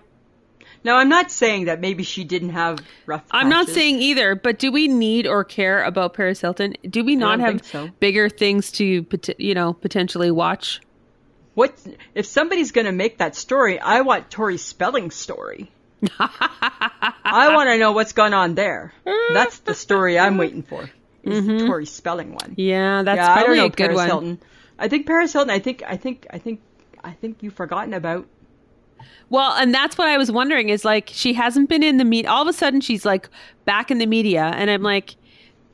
S2: Now, I'm not saying that maybe she didn't have rough
S1: I'm not
S2: patches.
S1: saying either, but do we need or care about Paris Hilton? Do we not
S2: don't
S1: have
S2: think so.
S1: bigger things to, pot- you know, potentially watch?
S2: What if somebody's going to make that story? I want Tori Spelling's story. I want to know what's gone on there. That's the story I'm waiting for. Is
S1: Mm-hmm.
S2: the Tori Spelling one?
S1: Yeah, that's
S2: yeah, I
S1: probably
S2: don't know
S1: a good
S2: Paris
S1: one.
S2: Hilton. I think Paris Hilton. I think I think I think I think you've forgotten about.
S1: Well, and that's what I was wondering is like she hasn't been in the meet. All of a sudden, she's like back in the media, and I'm like,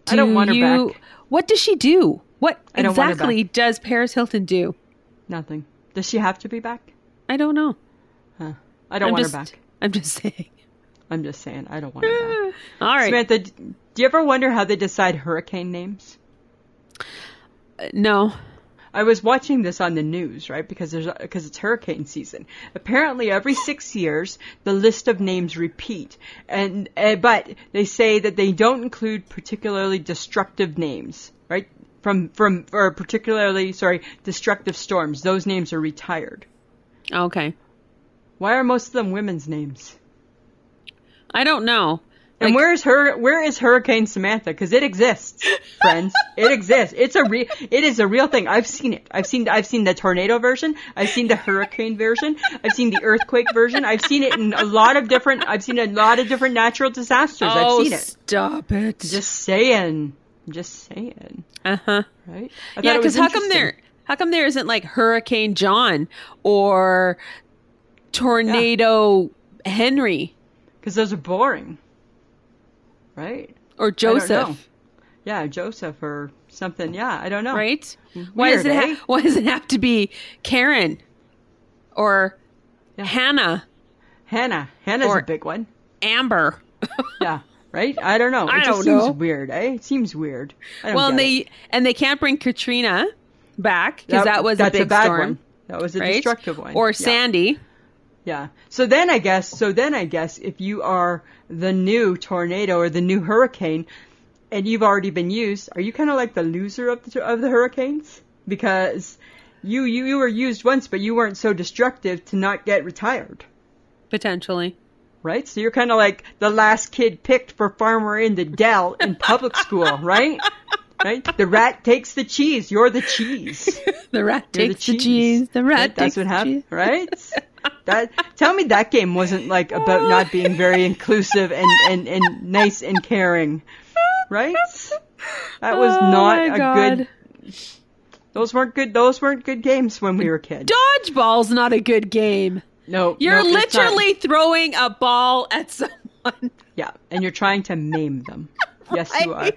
S2: I don't
S1: do
S2: want her
S1: you-
S2: back.
S1: What does she do? What
S2: I don't want her
S1: exactly does Paris Hilton do?
S2: Nothing. Does she have to be back?
S1: I don't know.
S2: Huh. I don't
S1: I'm
S2: want
S1: just,
S2: her back.
S1: I'm just saying.
S2: I'm just saying, I don't want that.
S1: All right.
S2: Samantha, d- do you ever wonder how they decide hurricane names?
S1: No.
S2: I was watching this on the news, right? Because there's because it's hurricane season. Apparently, every six years, the list of names repeat, and uh, but they say that they don't include particularly destructive names, right? From from or particularly sorry, destructive storms. Those names are retired.
S1: Okay.
S2: Why are most of them women's names?
S1: I don't know.
S2: And
S1: Like-
S2: where is her? Where is Hurricane Samantha? Because it exists, friends. it exists. It's a real. It is a real thing. I've seen it. I've seen. I've seen the tornado version. I've seen the hurricane version. I've seen the earthquake version. I've seen it in a lot of different. I've seen a lot of different natural disasters.
S1: oh,
S2: I've seen it.
S1: stop it.
S2: Just saying. Just saying.
S1: uh huh.
S2: Right? I
S1: Yeah,
S2: thought it
S1: because
S2: was
S1: how come
S2: interesting.
S1: there? How come there isn't like Hurricane John or Tornado Henry
S2: Because those are boring. Right.
S1: or
S2: know.
S1: Joseph?
S2: Yeah, Joseph or something. Yeah, I don't know.
S1: Right? why does it
S2: Weird,
S1: ha-
S2: eh?
S1: Why does it have to be Karen or
S2: Yeah.
S1: Hannah,
S2: Hannah. Hannah's
S1: Or-
S2: a big one.
S1: Amber?
S2: Yeah. Right? I don't know. It
S1: I
S2: just
S1: don't
S2: seems
S1: know.
S2: weird, eh? It seems weird. I don't
S1: Well, and
S2: get
S1: they
S2: it.
S1: and they can't bring Katrina back because that, was a
S2: that's
S1: big
S2: bad
S1: storm,
S2: one. That was a
S1: right?
S2: destructive one.
S1: Or
S2: Yeah.
S1: Sandy.
S2: Yeah. So then I guess so then I guess if you are the new tornado or the new hurricane and you've already been used, are you kind of like the loser of the of the hurricanes? Because you you you were used once but you weren't so destructive to not get retired.
S1: potentially.
S2: Right? So you're kind of like the last kid picked for farmer in the Dell in public school, right? Right? The rat takes the cheese. You're the cheese.
S1: The rat
S2: You're
S1: takes the cheese. The rat
S2: Right?
S1: takes
S2: That's what
S1: the cheese.
S2: happened, right? That tell me that game wasn't like about not being very inclusive and, and, and nice and caring, right? That was
S1: Oh
S2: not
S1: my
S2: a
S1: God.
S2: good. Those weren't good. Those weren't good games when we were kids.
S1: Dodgeball's not a good game.
S2: no,
S1: You're
S2: no, it's not.
S1: literally throwing a ball at someone.
S2: Yeah, and you're trying to maim them. Yes, you are.
S1: Right.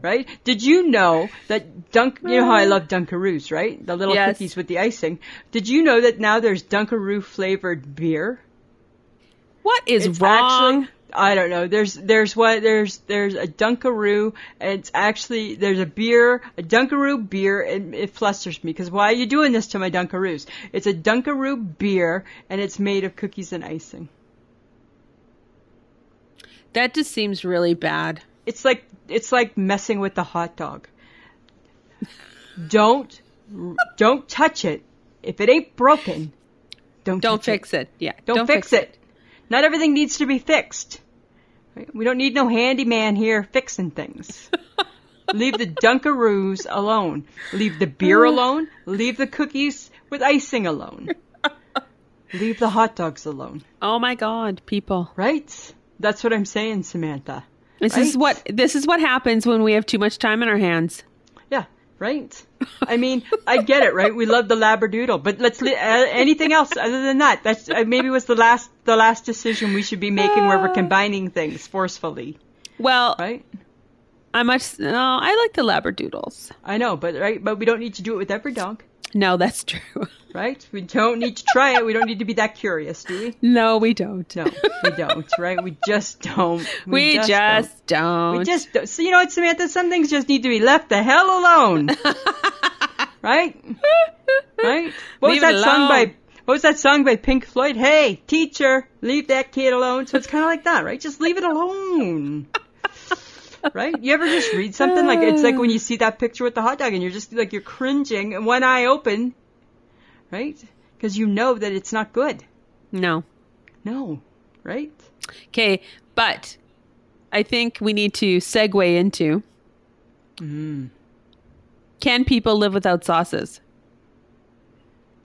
S2: Right? Did you know that dunk? You know how I love Dunkaroos, right? The little
S1: Mm. Yes.
S2: cookies with the icing. Did you know that now there's Dunkaroo flavored beer?
S1: What is
S2: It's
S1: wrong?
S2: actually I don't know. There's there's what there's there's a Dunkaroo. And it's actually there's a beer, a Dunkaroo beer, and it flusters me because why are you doing this to my Dunkaroos? It's a Dunkaroo beer, and it's made of cookies and icing.
S1: that just seems really bad.
S2: It's like it's like messing with the hot dog. Don't don't touch it. If it ain't broken, don't
S1: Don't
S2: touch
S1: fix it. Yeah.
S2: Don't, fix, it. Not everything needs to be fixed. Right? We don't need no handyman here fixing things. Leave the Dunkaroos alone. Leave the beer alone. Leave the cookies with icing alone. Leave the hot dogs alone.
S1: Oh my god, people.
S2: Right? That's what I'm saying, Samantha.
S1: This is
S2: Right.
S1: what this is what happens when we have too much time in our hands.
S2: Yeah, right. I mean, I get it, right? We love the labradoodle, but let's li- uh, anything else other than that. That's uh, maybe was the last the last decision we should be making where
S1: Uh.
S2: we're combining things forcefully,
S1: Well,
S2: right?
S1: I must no, I like the labradoodles.
S2: I know, but right, but we don't need to do it with every dog,
S1: No, that's true.
S2: right? We don't need to try it. We don't need to be that curious, do we?
S1: No, we don't.
S2: No, we don't, right? We just don't.
S1: We, just,
S2: don't.
S1: don't.
S2: We just don't. So you know what, Samantha? Some things just need to be left the hell alone. right? Right? What
S1: Leave
S2: was
S1: it
S2: that song
S1: alone.
S2: by What was that song by Pink Floyd? Hey, teacher, leave that kid alone. So it's kind of like that, right? Just leave it alone. Right? You ever just read something like it's like when you see that picture with the hot dog and you're just like you're cringing and one eye open, right? Because you know that it's not good.
S1: no.
S2: No, right?
S1: Okay, but I think we need to segue into
S2: Mm.
S1: can people live without sauces?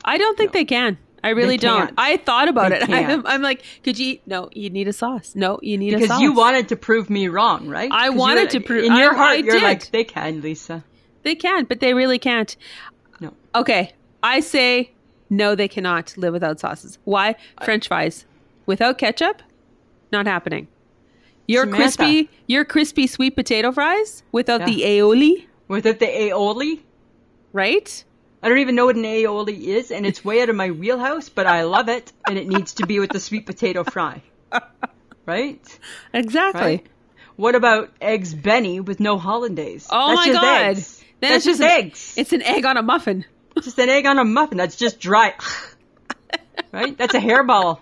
S1: I don't think they can. I really don't.
S2: can't.
S1: I thought about
S2: They
S1: it. I'm,
S2: can't.
S1: I'm like, could you? eat- No, you need a sauce. No, you need a
S2: because
S1: sauce.
S2: you wanted to prove me wrong, right?
S1: I
S2: 'Cause you
S1: wanted
S2: were-
S1: to prove-
S2: In your
S1: I-
S2: heart,
S1: I
S2: you're
S1: did.
S2: like they can, Lisa.
S1: They can, but they really can't.
S2: No.
S1: Okay, I say no. They cannot live without sauces. Why? French fries without ketchup, not happening. Your
S2: Samantha.
S1: crispy, your crispy sweet potato fries without
S2: Yeah.
S1: the aioli,
S2: Without the aioli,
S1: right?
S2: I don't even know what an aioli is, and it's way out of my wheelhouse, but I love it, and it needs to be with the sweet potato fry. right?
S1: Exactly.
S2: Right? What about eggs Benny with no hollandaise?
S1: Oh
S2: That's
S1: my
S2: just
S1: god.
S2: Eggs.
S1: Then
S2: That's
S1: it's just
S2: just
S1: an-
S2: eggs.
S1: It's an egg on a muffin.
S2: just an egg on a muffin. That's just dry. right? That's a hairball.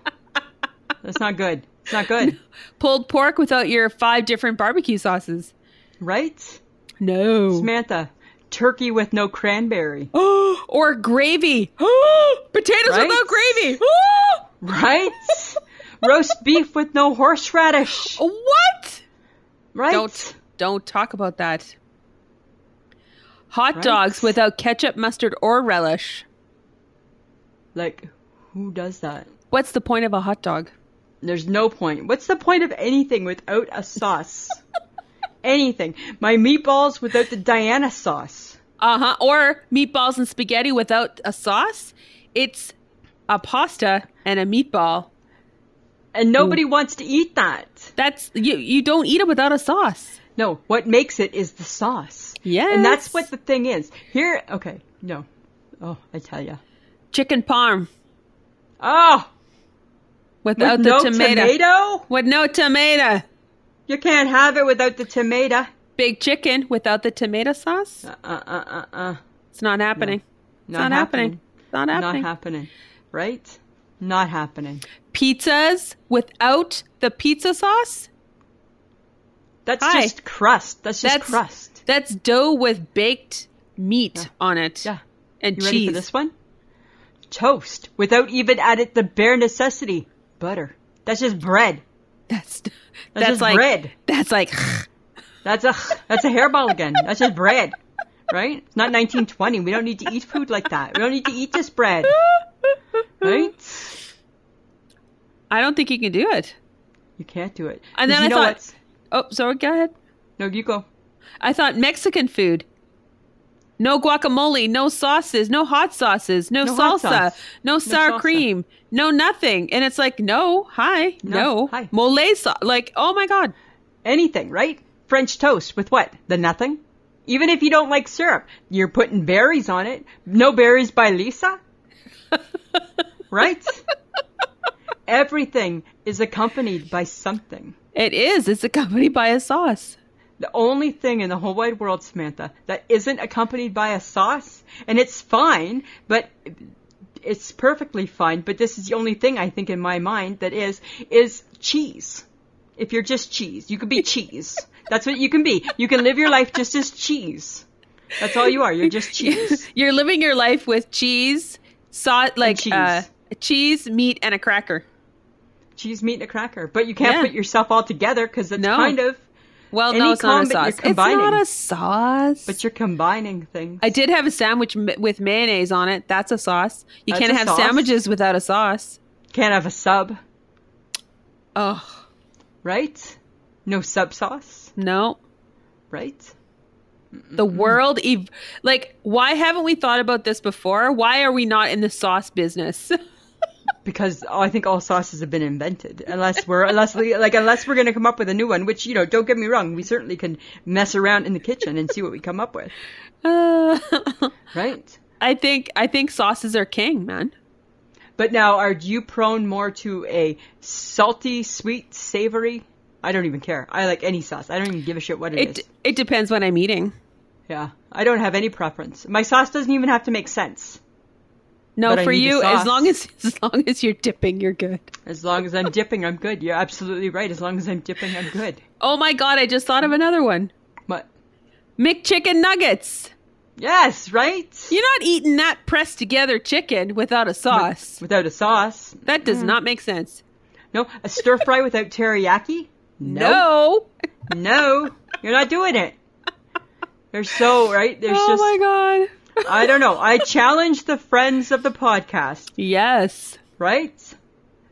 S2: That's not good. It's not good.
S1: Pulled pork without your five different barbecue sauces.
S2: Right?
S1: No.
S2: Samantha, turkey with no cranberry.
S1: Oh. or gravy. Potatoes
S2: Right?
S1: without gravy.
S2: Right? Roast beef with no horseradish.
S1: what?
S2: Right?
S1: Oh, Don't don't talk about that. Hot
S2: Right?
S1: dogs without ketchup, mustard, or relish.
S2: Like, who does that?
S1: What's the point of a hot dog?
S2: There's no point. What's the point of anything without a sauce? anything. My meatballs without the Diana sauce.
S1: Uh huh. Or meatballs and spaghetti without a sauce. It's a pasta and a meatball.
S2: And nobody wants to eat that.
S1: That's you. You don't eat it without a sauce.
S2: No, what makes it is the sauce. And that's
S1: Yes.
S2: what the thing is. Here, okay, no. Oh, I tell ya.
S1: Chicken parm
S2: Oh,
S1: without
S2: with
S1: the
S2: no
S1: tomato.
S2: tomato?
S1: With no tomato.
S2: You can't have it without the tomato.
S1: Big chicken without the tomato sauce.
S2: Uh, uh, uh, uh, uh.
S1: It's not happening. It's not, happening. It's Not
S2: Not
S1: happening.
S2: happening. Right? Not happening.
S1: Pizzas without the pizza sauce.
S2: That's
S1: Hi.
S2: just crust. That's just
S1: That's-
S2: crust.
S1: That's dough with baked meat on it.
S2: Yeah.
S1: And
S2: You
S1: cheese.
S2: ready for this one? Toast without even adding the bare necessity butter. That's just bread.
S1: That's that's,
S2: just
S1: like
S2: bread.
S1: That's like
S2: That's a that's a hairball again. That's just bread, right? It's not 1920. We don't need to eat food like that. We don't need to eat this bread, right?
S1: I don't think you can do it.
S2: You can't do it.
S1: And
S2: 'Cause
S1: then
S2: you
S1: I
S2: know
S1: thought-
S2: what's-
S1: Oh, sorry. Go ahead.
S2: no, you go.
S1: I thought Mexican food. No guacamole, no sauces, no hot sauces, no,
S2: No hot
S1: salsa,
S2: sauce.
S1: no sour
S2: salsa.
S1: cream, no nothing. And it's like, no, hi, no,
S2: No, hi.
S1: mole sauce. Like, oh my God.
S2: Anything, right? French toast with what? The nothing. Even if you don't like syrup, you're putting berries on it. No berries by Lisa, right? Everything is accompanied by something.
S1: It is. It's accompanied by a sauce.
S2: The only thing in the whole wide world, Samantha, that isn't accompanied by a sauce, and it's fine, but it's perfectly fine, but this is the only thing I think in my mind that is, is cheese. If you're just cheese, you could be cheese. That's what you can be. You can live your life just as cheese. That's all you are. You're just cheese.
S1: You're living your life with cheese, sauce, like
S2: cheese.
S1: Uh, cheese, meat, and a cracker.
S2: cheese, meat, and a cracker. But you can't
S1: Yeah.
S2: put yourself all together because it's
S1: No.
S2: kind of,
S1: Well, no,
S2: Any
S1: it's not a
S2: combi- you're
S1: sauce. It's not
S2: combining.
S1: a sauce.
S2: but you're combining things.
S1: I did have a sandwich m- with mayonnaise on it. That's a sauce. You
S2: That's
S1: can't
S2: a
S1: have
S2: sauce.
S1: sandwiches without a sauce.
S2: Can't have a sub,
S1: Oh,
S2: right? No sub sauce,
S1: no.
S2: right?
S1: The world, ev- like, why haven't we thought about this before? Why are we not in the sauce business?
S2: because I think all sauces have been invented. Unless we're unless we, like unless we're going to come up with a new one, which you know, don't get me wrong, we certainly can mess around in the kitchen and see what we come up with,
S1: Uh,
S2: right?
S1: I think I think sauces are king, man.
S2: But now, are you prone more to a salty, sweet, savory? I don't even care. I like any sauce. I don't even give a shit what it
S1: It
S2: is.
S1: it depends what I'm eating.
S2: Yeah, I don't have any preference. My sauce doesn't even have to make sense
S1: No,
S2: But I
S1: for
S2: need the
S1: you, as
S2: sauce.
S1: long as as long as you're dipping, you're good.
S2: as long as I'm dipping. I'm good. You're absolutely right. As long as I'm dipping, I'm good.
S1: Oh my god, I just thought of another one.
S2: But
S1: McChicken nuggets.
S2: yes, right?
S1: You're not eating that pressed together chicken without a sauce.
S2: Without a sauce,
S1: That does not make sense.
S2: No, a stir fry without teriyaki? No.
S1: No.
S2: No. You're not doing it. They're so right. There's
S1: oh
S2: just
S1: my god.
S2: I don't know. I challenge the friends of the podcast,
S1: Yes.
S2: right?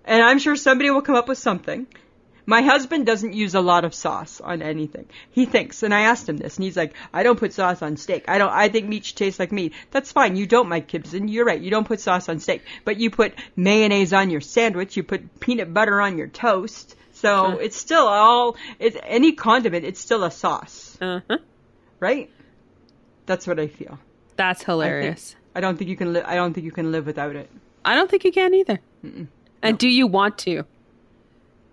S2: And I'm sure somebody will come up with something. My husband doesn't use a lot of sauce on anything. He thinks, and I asked him this, and he's like, "I don't put sauce on steak. I don't. I think meat should taste like meat. That's fine. You don't, Mike Gibson. You're right. You don't put sauce on steak, but you put mayonnaise on your sandwich. You put peanut butter on your toast. So it's still all. It's any condiment. It's still a sauce,
S1: Uh-huh.
S2: right? That's what I feel.
S1: That's hilarious.
S2: I don't think you can. Li- I don't think you can live without it.
S1: I don't think you can either. And do you want to?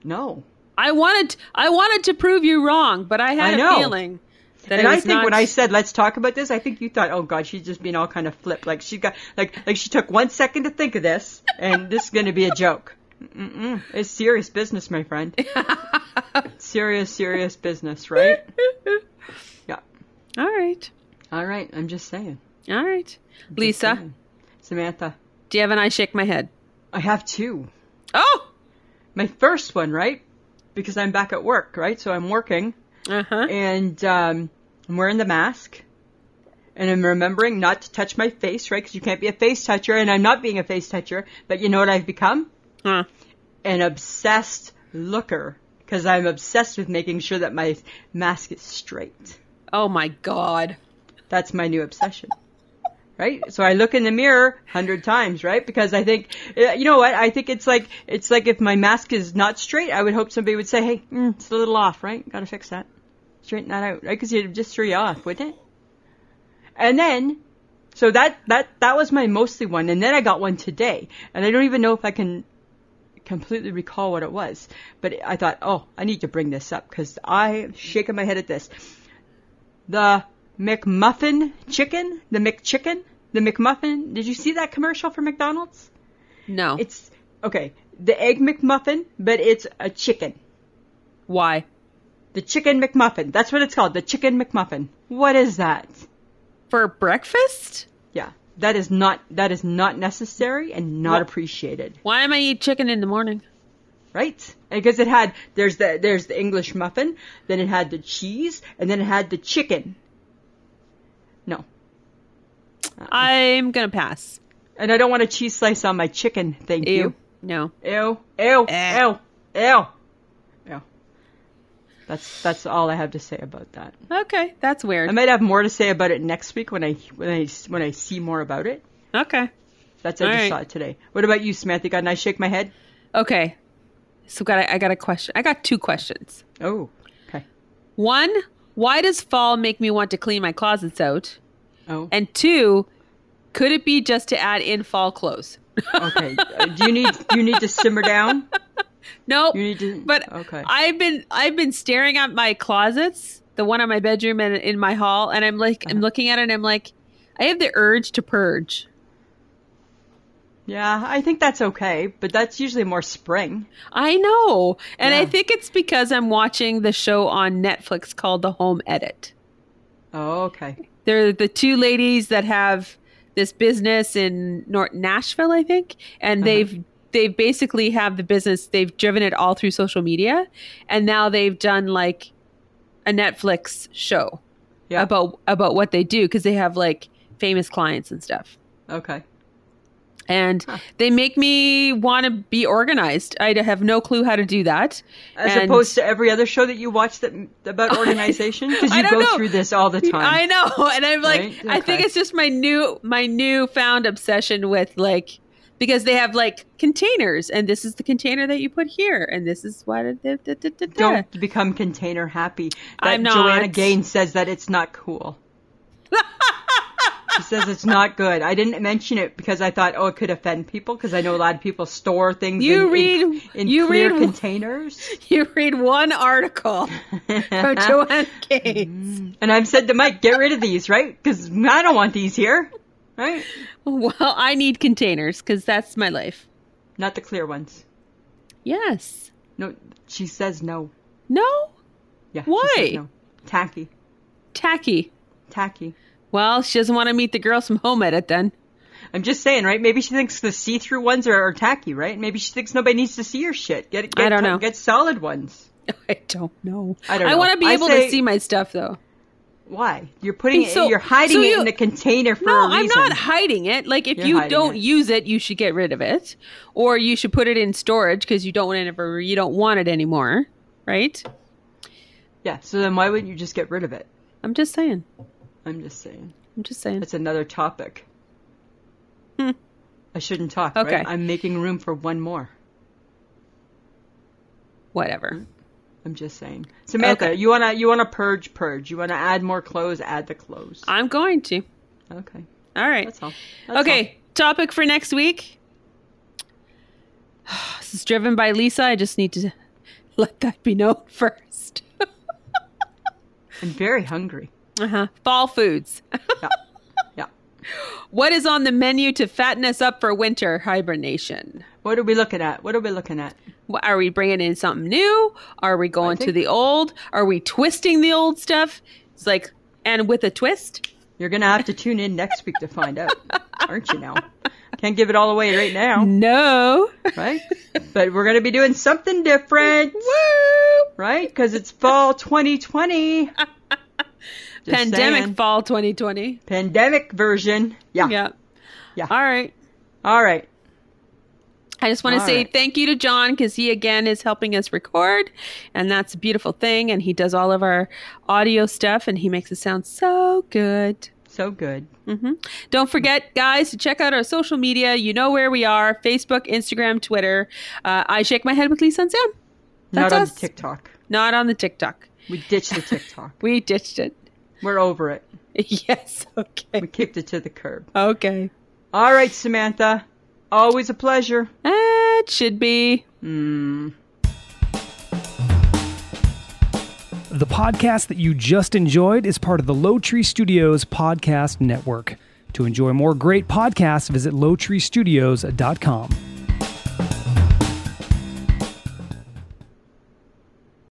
S2: No.
S1: I wanted I wanted to prove you wrong, but I
S2: I
S1: had a
S2: know.
S1: feeling that
S2: and
S1: it
S2: I
S1: was
S2: think
S1: not-
S2: when I said let's talk about this, I think you thought, oh god, she's just being all kind of flip. Like she got like like she took one second to think of this, and this is going to be a joke. Mm-mm. It's serious business, my friend. serious, serious business, right? yeah.
S1: All right.
S2: All right. I'm just saying,
S1: All right. Lisa,
S2: Samantha.
S1: do you have an I shake my head?
S2: I have two.
S1: Oh.
S2: My first one, right? Because I'm back at work, right? So I'm working,
S1: Uh-huh.
S2: and um, I'm wearing the mask, and I'm remembering not to touch my face, right? Because you can't be a face toucher, and I'm not being a face toucher. But you know what I've become?
S1: Huh.
S2: An obsessed looker, because I'm obsessed with making sure that my mask is straight.
S1: Oh my god.
S2: That's my new obsession. Right? So I look in the mirror 100 times, right? Because I think uh, you know what? I think it's like it's like if my mask is not straight, I would hope somebody would say, "Hey, mm, it's a little off, right? Got to fix that. Straighten that out." Right? Cuz it'd just throw you off, wouldn't it? And then so that that that was my mostly one, and then I got one today, and I don't even know if I can completely recall what it was, but I thought, "Oh, I need to bring this up cuz I shaking my head at this." the McMuffin chicken, the McChicken, the McMuffin. Did you see that commercial for McDonald's?
S1: No.
S2: It's okay, the egg McMuffin, but it's a chicken.
S1: Why?
S2: The chicken McMuffin. That's what it's called, the chicken McMuffin. What is that?
S1: For breakfast?
S2: Yeah, that is not that is not necessary and not appreciated,
S1: Why am I eat chicken in the morning?
S2: right? Because it had there's the there's the English muffin, then it had the cheese, and then it had the chicken. No,
S1: I'm going to pass.
S2: and I don't want a cheese slice on my chicken. Thank you.
S1: Ew. No.
S2: Ew, ew,
S1: Eh.
S2: ew, ew, ew. That's that's all I have to say about that.
S1: Okay, that's
S2: I
S1: weird.
S2: might have more to say about it next week when I when I when I see more about it.
S1: Okay.
S2: That's I
S1: All
S2: just
S1: right.
S2: saw it today. What about you, Samantha? Got and I shake my head.
S1: Okay. So got I got a question. I got two questions.
S2: Oh, okay.
S1: One, why does fall make me want to clean my closets out?
S2: Oh,
S1: And two, could it be just to add in fall clothes?
S2: okay. Uh, Do you need you need to simmer down?
S1: Nope.
S2: You need to.
S1: But
S2: okay.
S1: I've been I've been staring at my closets, the one on my bedroom and in my hall, and I'm like
S2: Uh-huh.
S1: I'm looking at it and I'm like, I have the urge to purge.
S2: yeah, I think that's okay. But that's usually more spring.
S1: I know. And I
S2: Yeah.
S1: think it's because I'm watching the show on Netflix called The Home Edit.
S2: Oh, okay.
S1: They're the two ladies that have this business in North Nashville, I think, and
S2: Uh-huh.
S1: they've they've basically have the business. They've driven it all through social media, and now they've done like a Netflix show
S2: Yeah.
S1: about about what they do because they have like famous clients and stuff.
S2: okay.
S1: And they make me want to be organized. I have no clue how to do that.
S2: As
S1: And- Oh,
S2: opposed to every other show that you watch that about organization, because
S1: I
S2: you
S1: don't
S2: go
S1: know.
S2: through this all the time.
S1: I know, and I'm like,
S2: Right?
S1: I think
S2: Okay.
S1: it's just my new, my newfound obsession with like, because they have like containers, and this is the container that you put here, and this is what. Da, da, da, da, da.
S2: don't become container happy. That
S1: I'm not.
S2: Joanna Gaines says that it's not cool. she says it's not good. I didn't mention it because I thought, oh, it could offend people because I know a lot of people store things
S1: You
S2: in, in-
S1: read-
S2: in
S1: you
S2: clear
S1: read-
S2: containers.
S1: You read one article from Joanne Gaines.
S2: And I've said to Mike, get rid of these, right? Because I don't want these here, right?
S1: Well, I need containers because that's my life.
S2: Not the clear ones.
S1: Yes.
S2: No, she says no.
S1: No.
S2: Yeah. she
S1: Why?
S2: says no. Tacky.
S1: Tacky.
S2: Tacky.
S1: Well, she doesn't want to meet the girls from Home Edit then.
S2: I'm just saying, right? Maybe she thinks the see-through ones are, are tacky, right? Maybe she thinks nobody needs to see her shit. Get, get
S1: I don't know.
S2: Get solid ones.
S1: I don't know.
S2: I don't
S1: I
S2: know.
S1: want to be
S2: I
S1: able
S2: say-
S1: to see my stuff though.
S2: Why? You're putting it.
S1: So-
S2: you're hiding
S1: so
S2: it
S1: you-
S2: in a container for
S1: No,
S2: a reason.
S1: I'm not hiding it. Like if
S2: You're
S1: you
S2: hiding
S1: don't
S2: it.
S1: use it, you should get rid of it, or you should put it in storage because you don't want it ever. You don't want it anymore, right?
S2: Yeah. So then, why wouldn't you just get rid of it?
S1: I'm just saying.
S2: I'm just saying.
S1: I'm just saying.
S2: That's another topic.
S1: Hmm.
S2: I shouldn't talk.
S1: Okay.
S2: Right? I'm making room for one more.
S1: Whatever.
S2: I'm just saying, Samantha.
S1: Okay.
S2: You wanna you wanna purge, purge. You wanna add more clothes, add the clothes.
S1: I'm going to.
S2: Okay.
S1: All right.
S2: That's all. That's
S1: okay. Topic for next week. this is driven by Lisa. I just need to Let that be known first.
S2: I'm very hungry.
S1: Uh-huh. Fall foods.
S2: Yeah. Yeah.
S1: What is on the menu to fatten us up for winter hibernation?
S2: What are we looking at? What are we looking at?
S1: What, are we bringing in something new? Are we going to
S2: think-
S1: the old? Are we twisting the old stuff? It's like, and with a twist?
S2: You're going to have to tune in next week to find out, aren't you now? Can't give it all away right now,
S1: No.
S2: right? But we're going to be doing something different, right? Because it's fall 2020. Just
S1: Pandemic
S2: saying.
S1: fall 2020.
S2: Pandemic version. Yeah.
S1: Yeah.
S2: Yeah.
S1: All right.
S2: All right.
S1: I just want to
S2: All
S1: say
S2: right.
S1: thank you to John because he again is helping us record, and that's a beautiful thing. And he does all of our audio stuff, and he makes it sound so good.
S2: So good.
S1: hmm Don't forget, guys, to check out our social media. You know where we are: Facebook, Instagram, Twitter. Uh, I shake my head with Lisa and Sam. That's
S2: Not on
S1: us.
S2: the TikTok.
S1: Not on the TikTok.
S2: We ditched the TikTok.
S1: We ditched it.
S2: We're over it.
S1: yes.
S2: We
S1: Okay.
S2: kicked it to the curb.
S1: Okay.
S2: All right, Samantha. Always a pleasure.
S1: It should be.
S2: Mm.
S4: The podcast that you just enjoyed is part of the Low Tree Studios podcast network. To enjoy more great podcasts, visit lowtreestudios.com.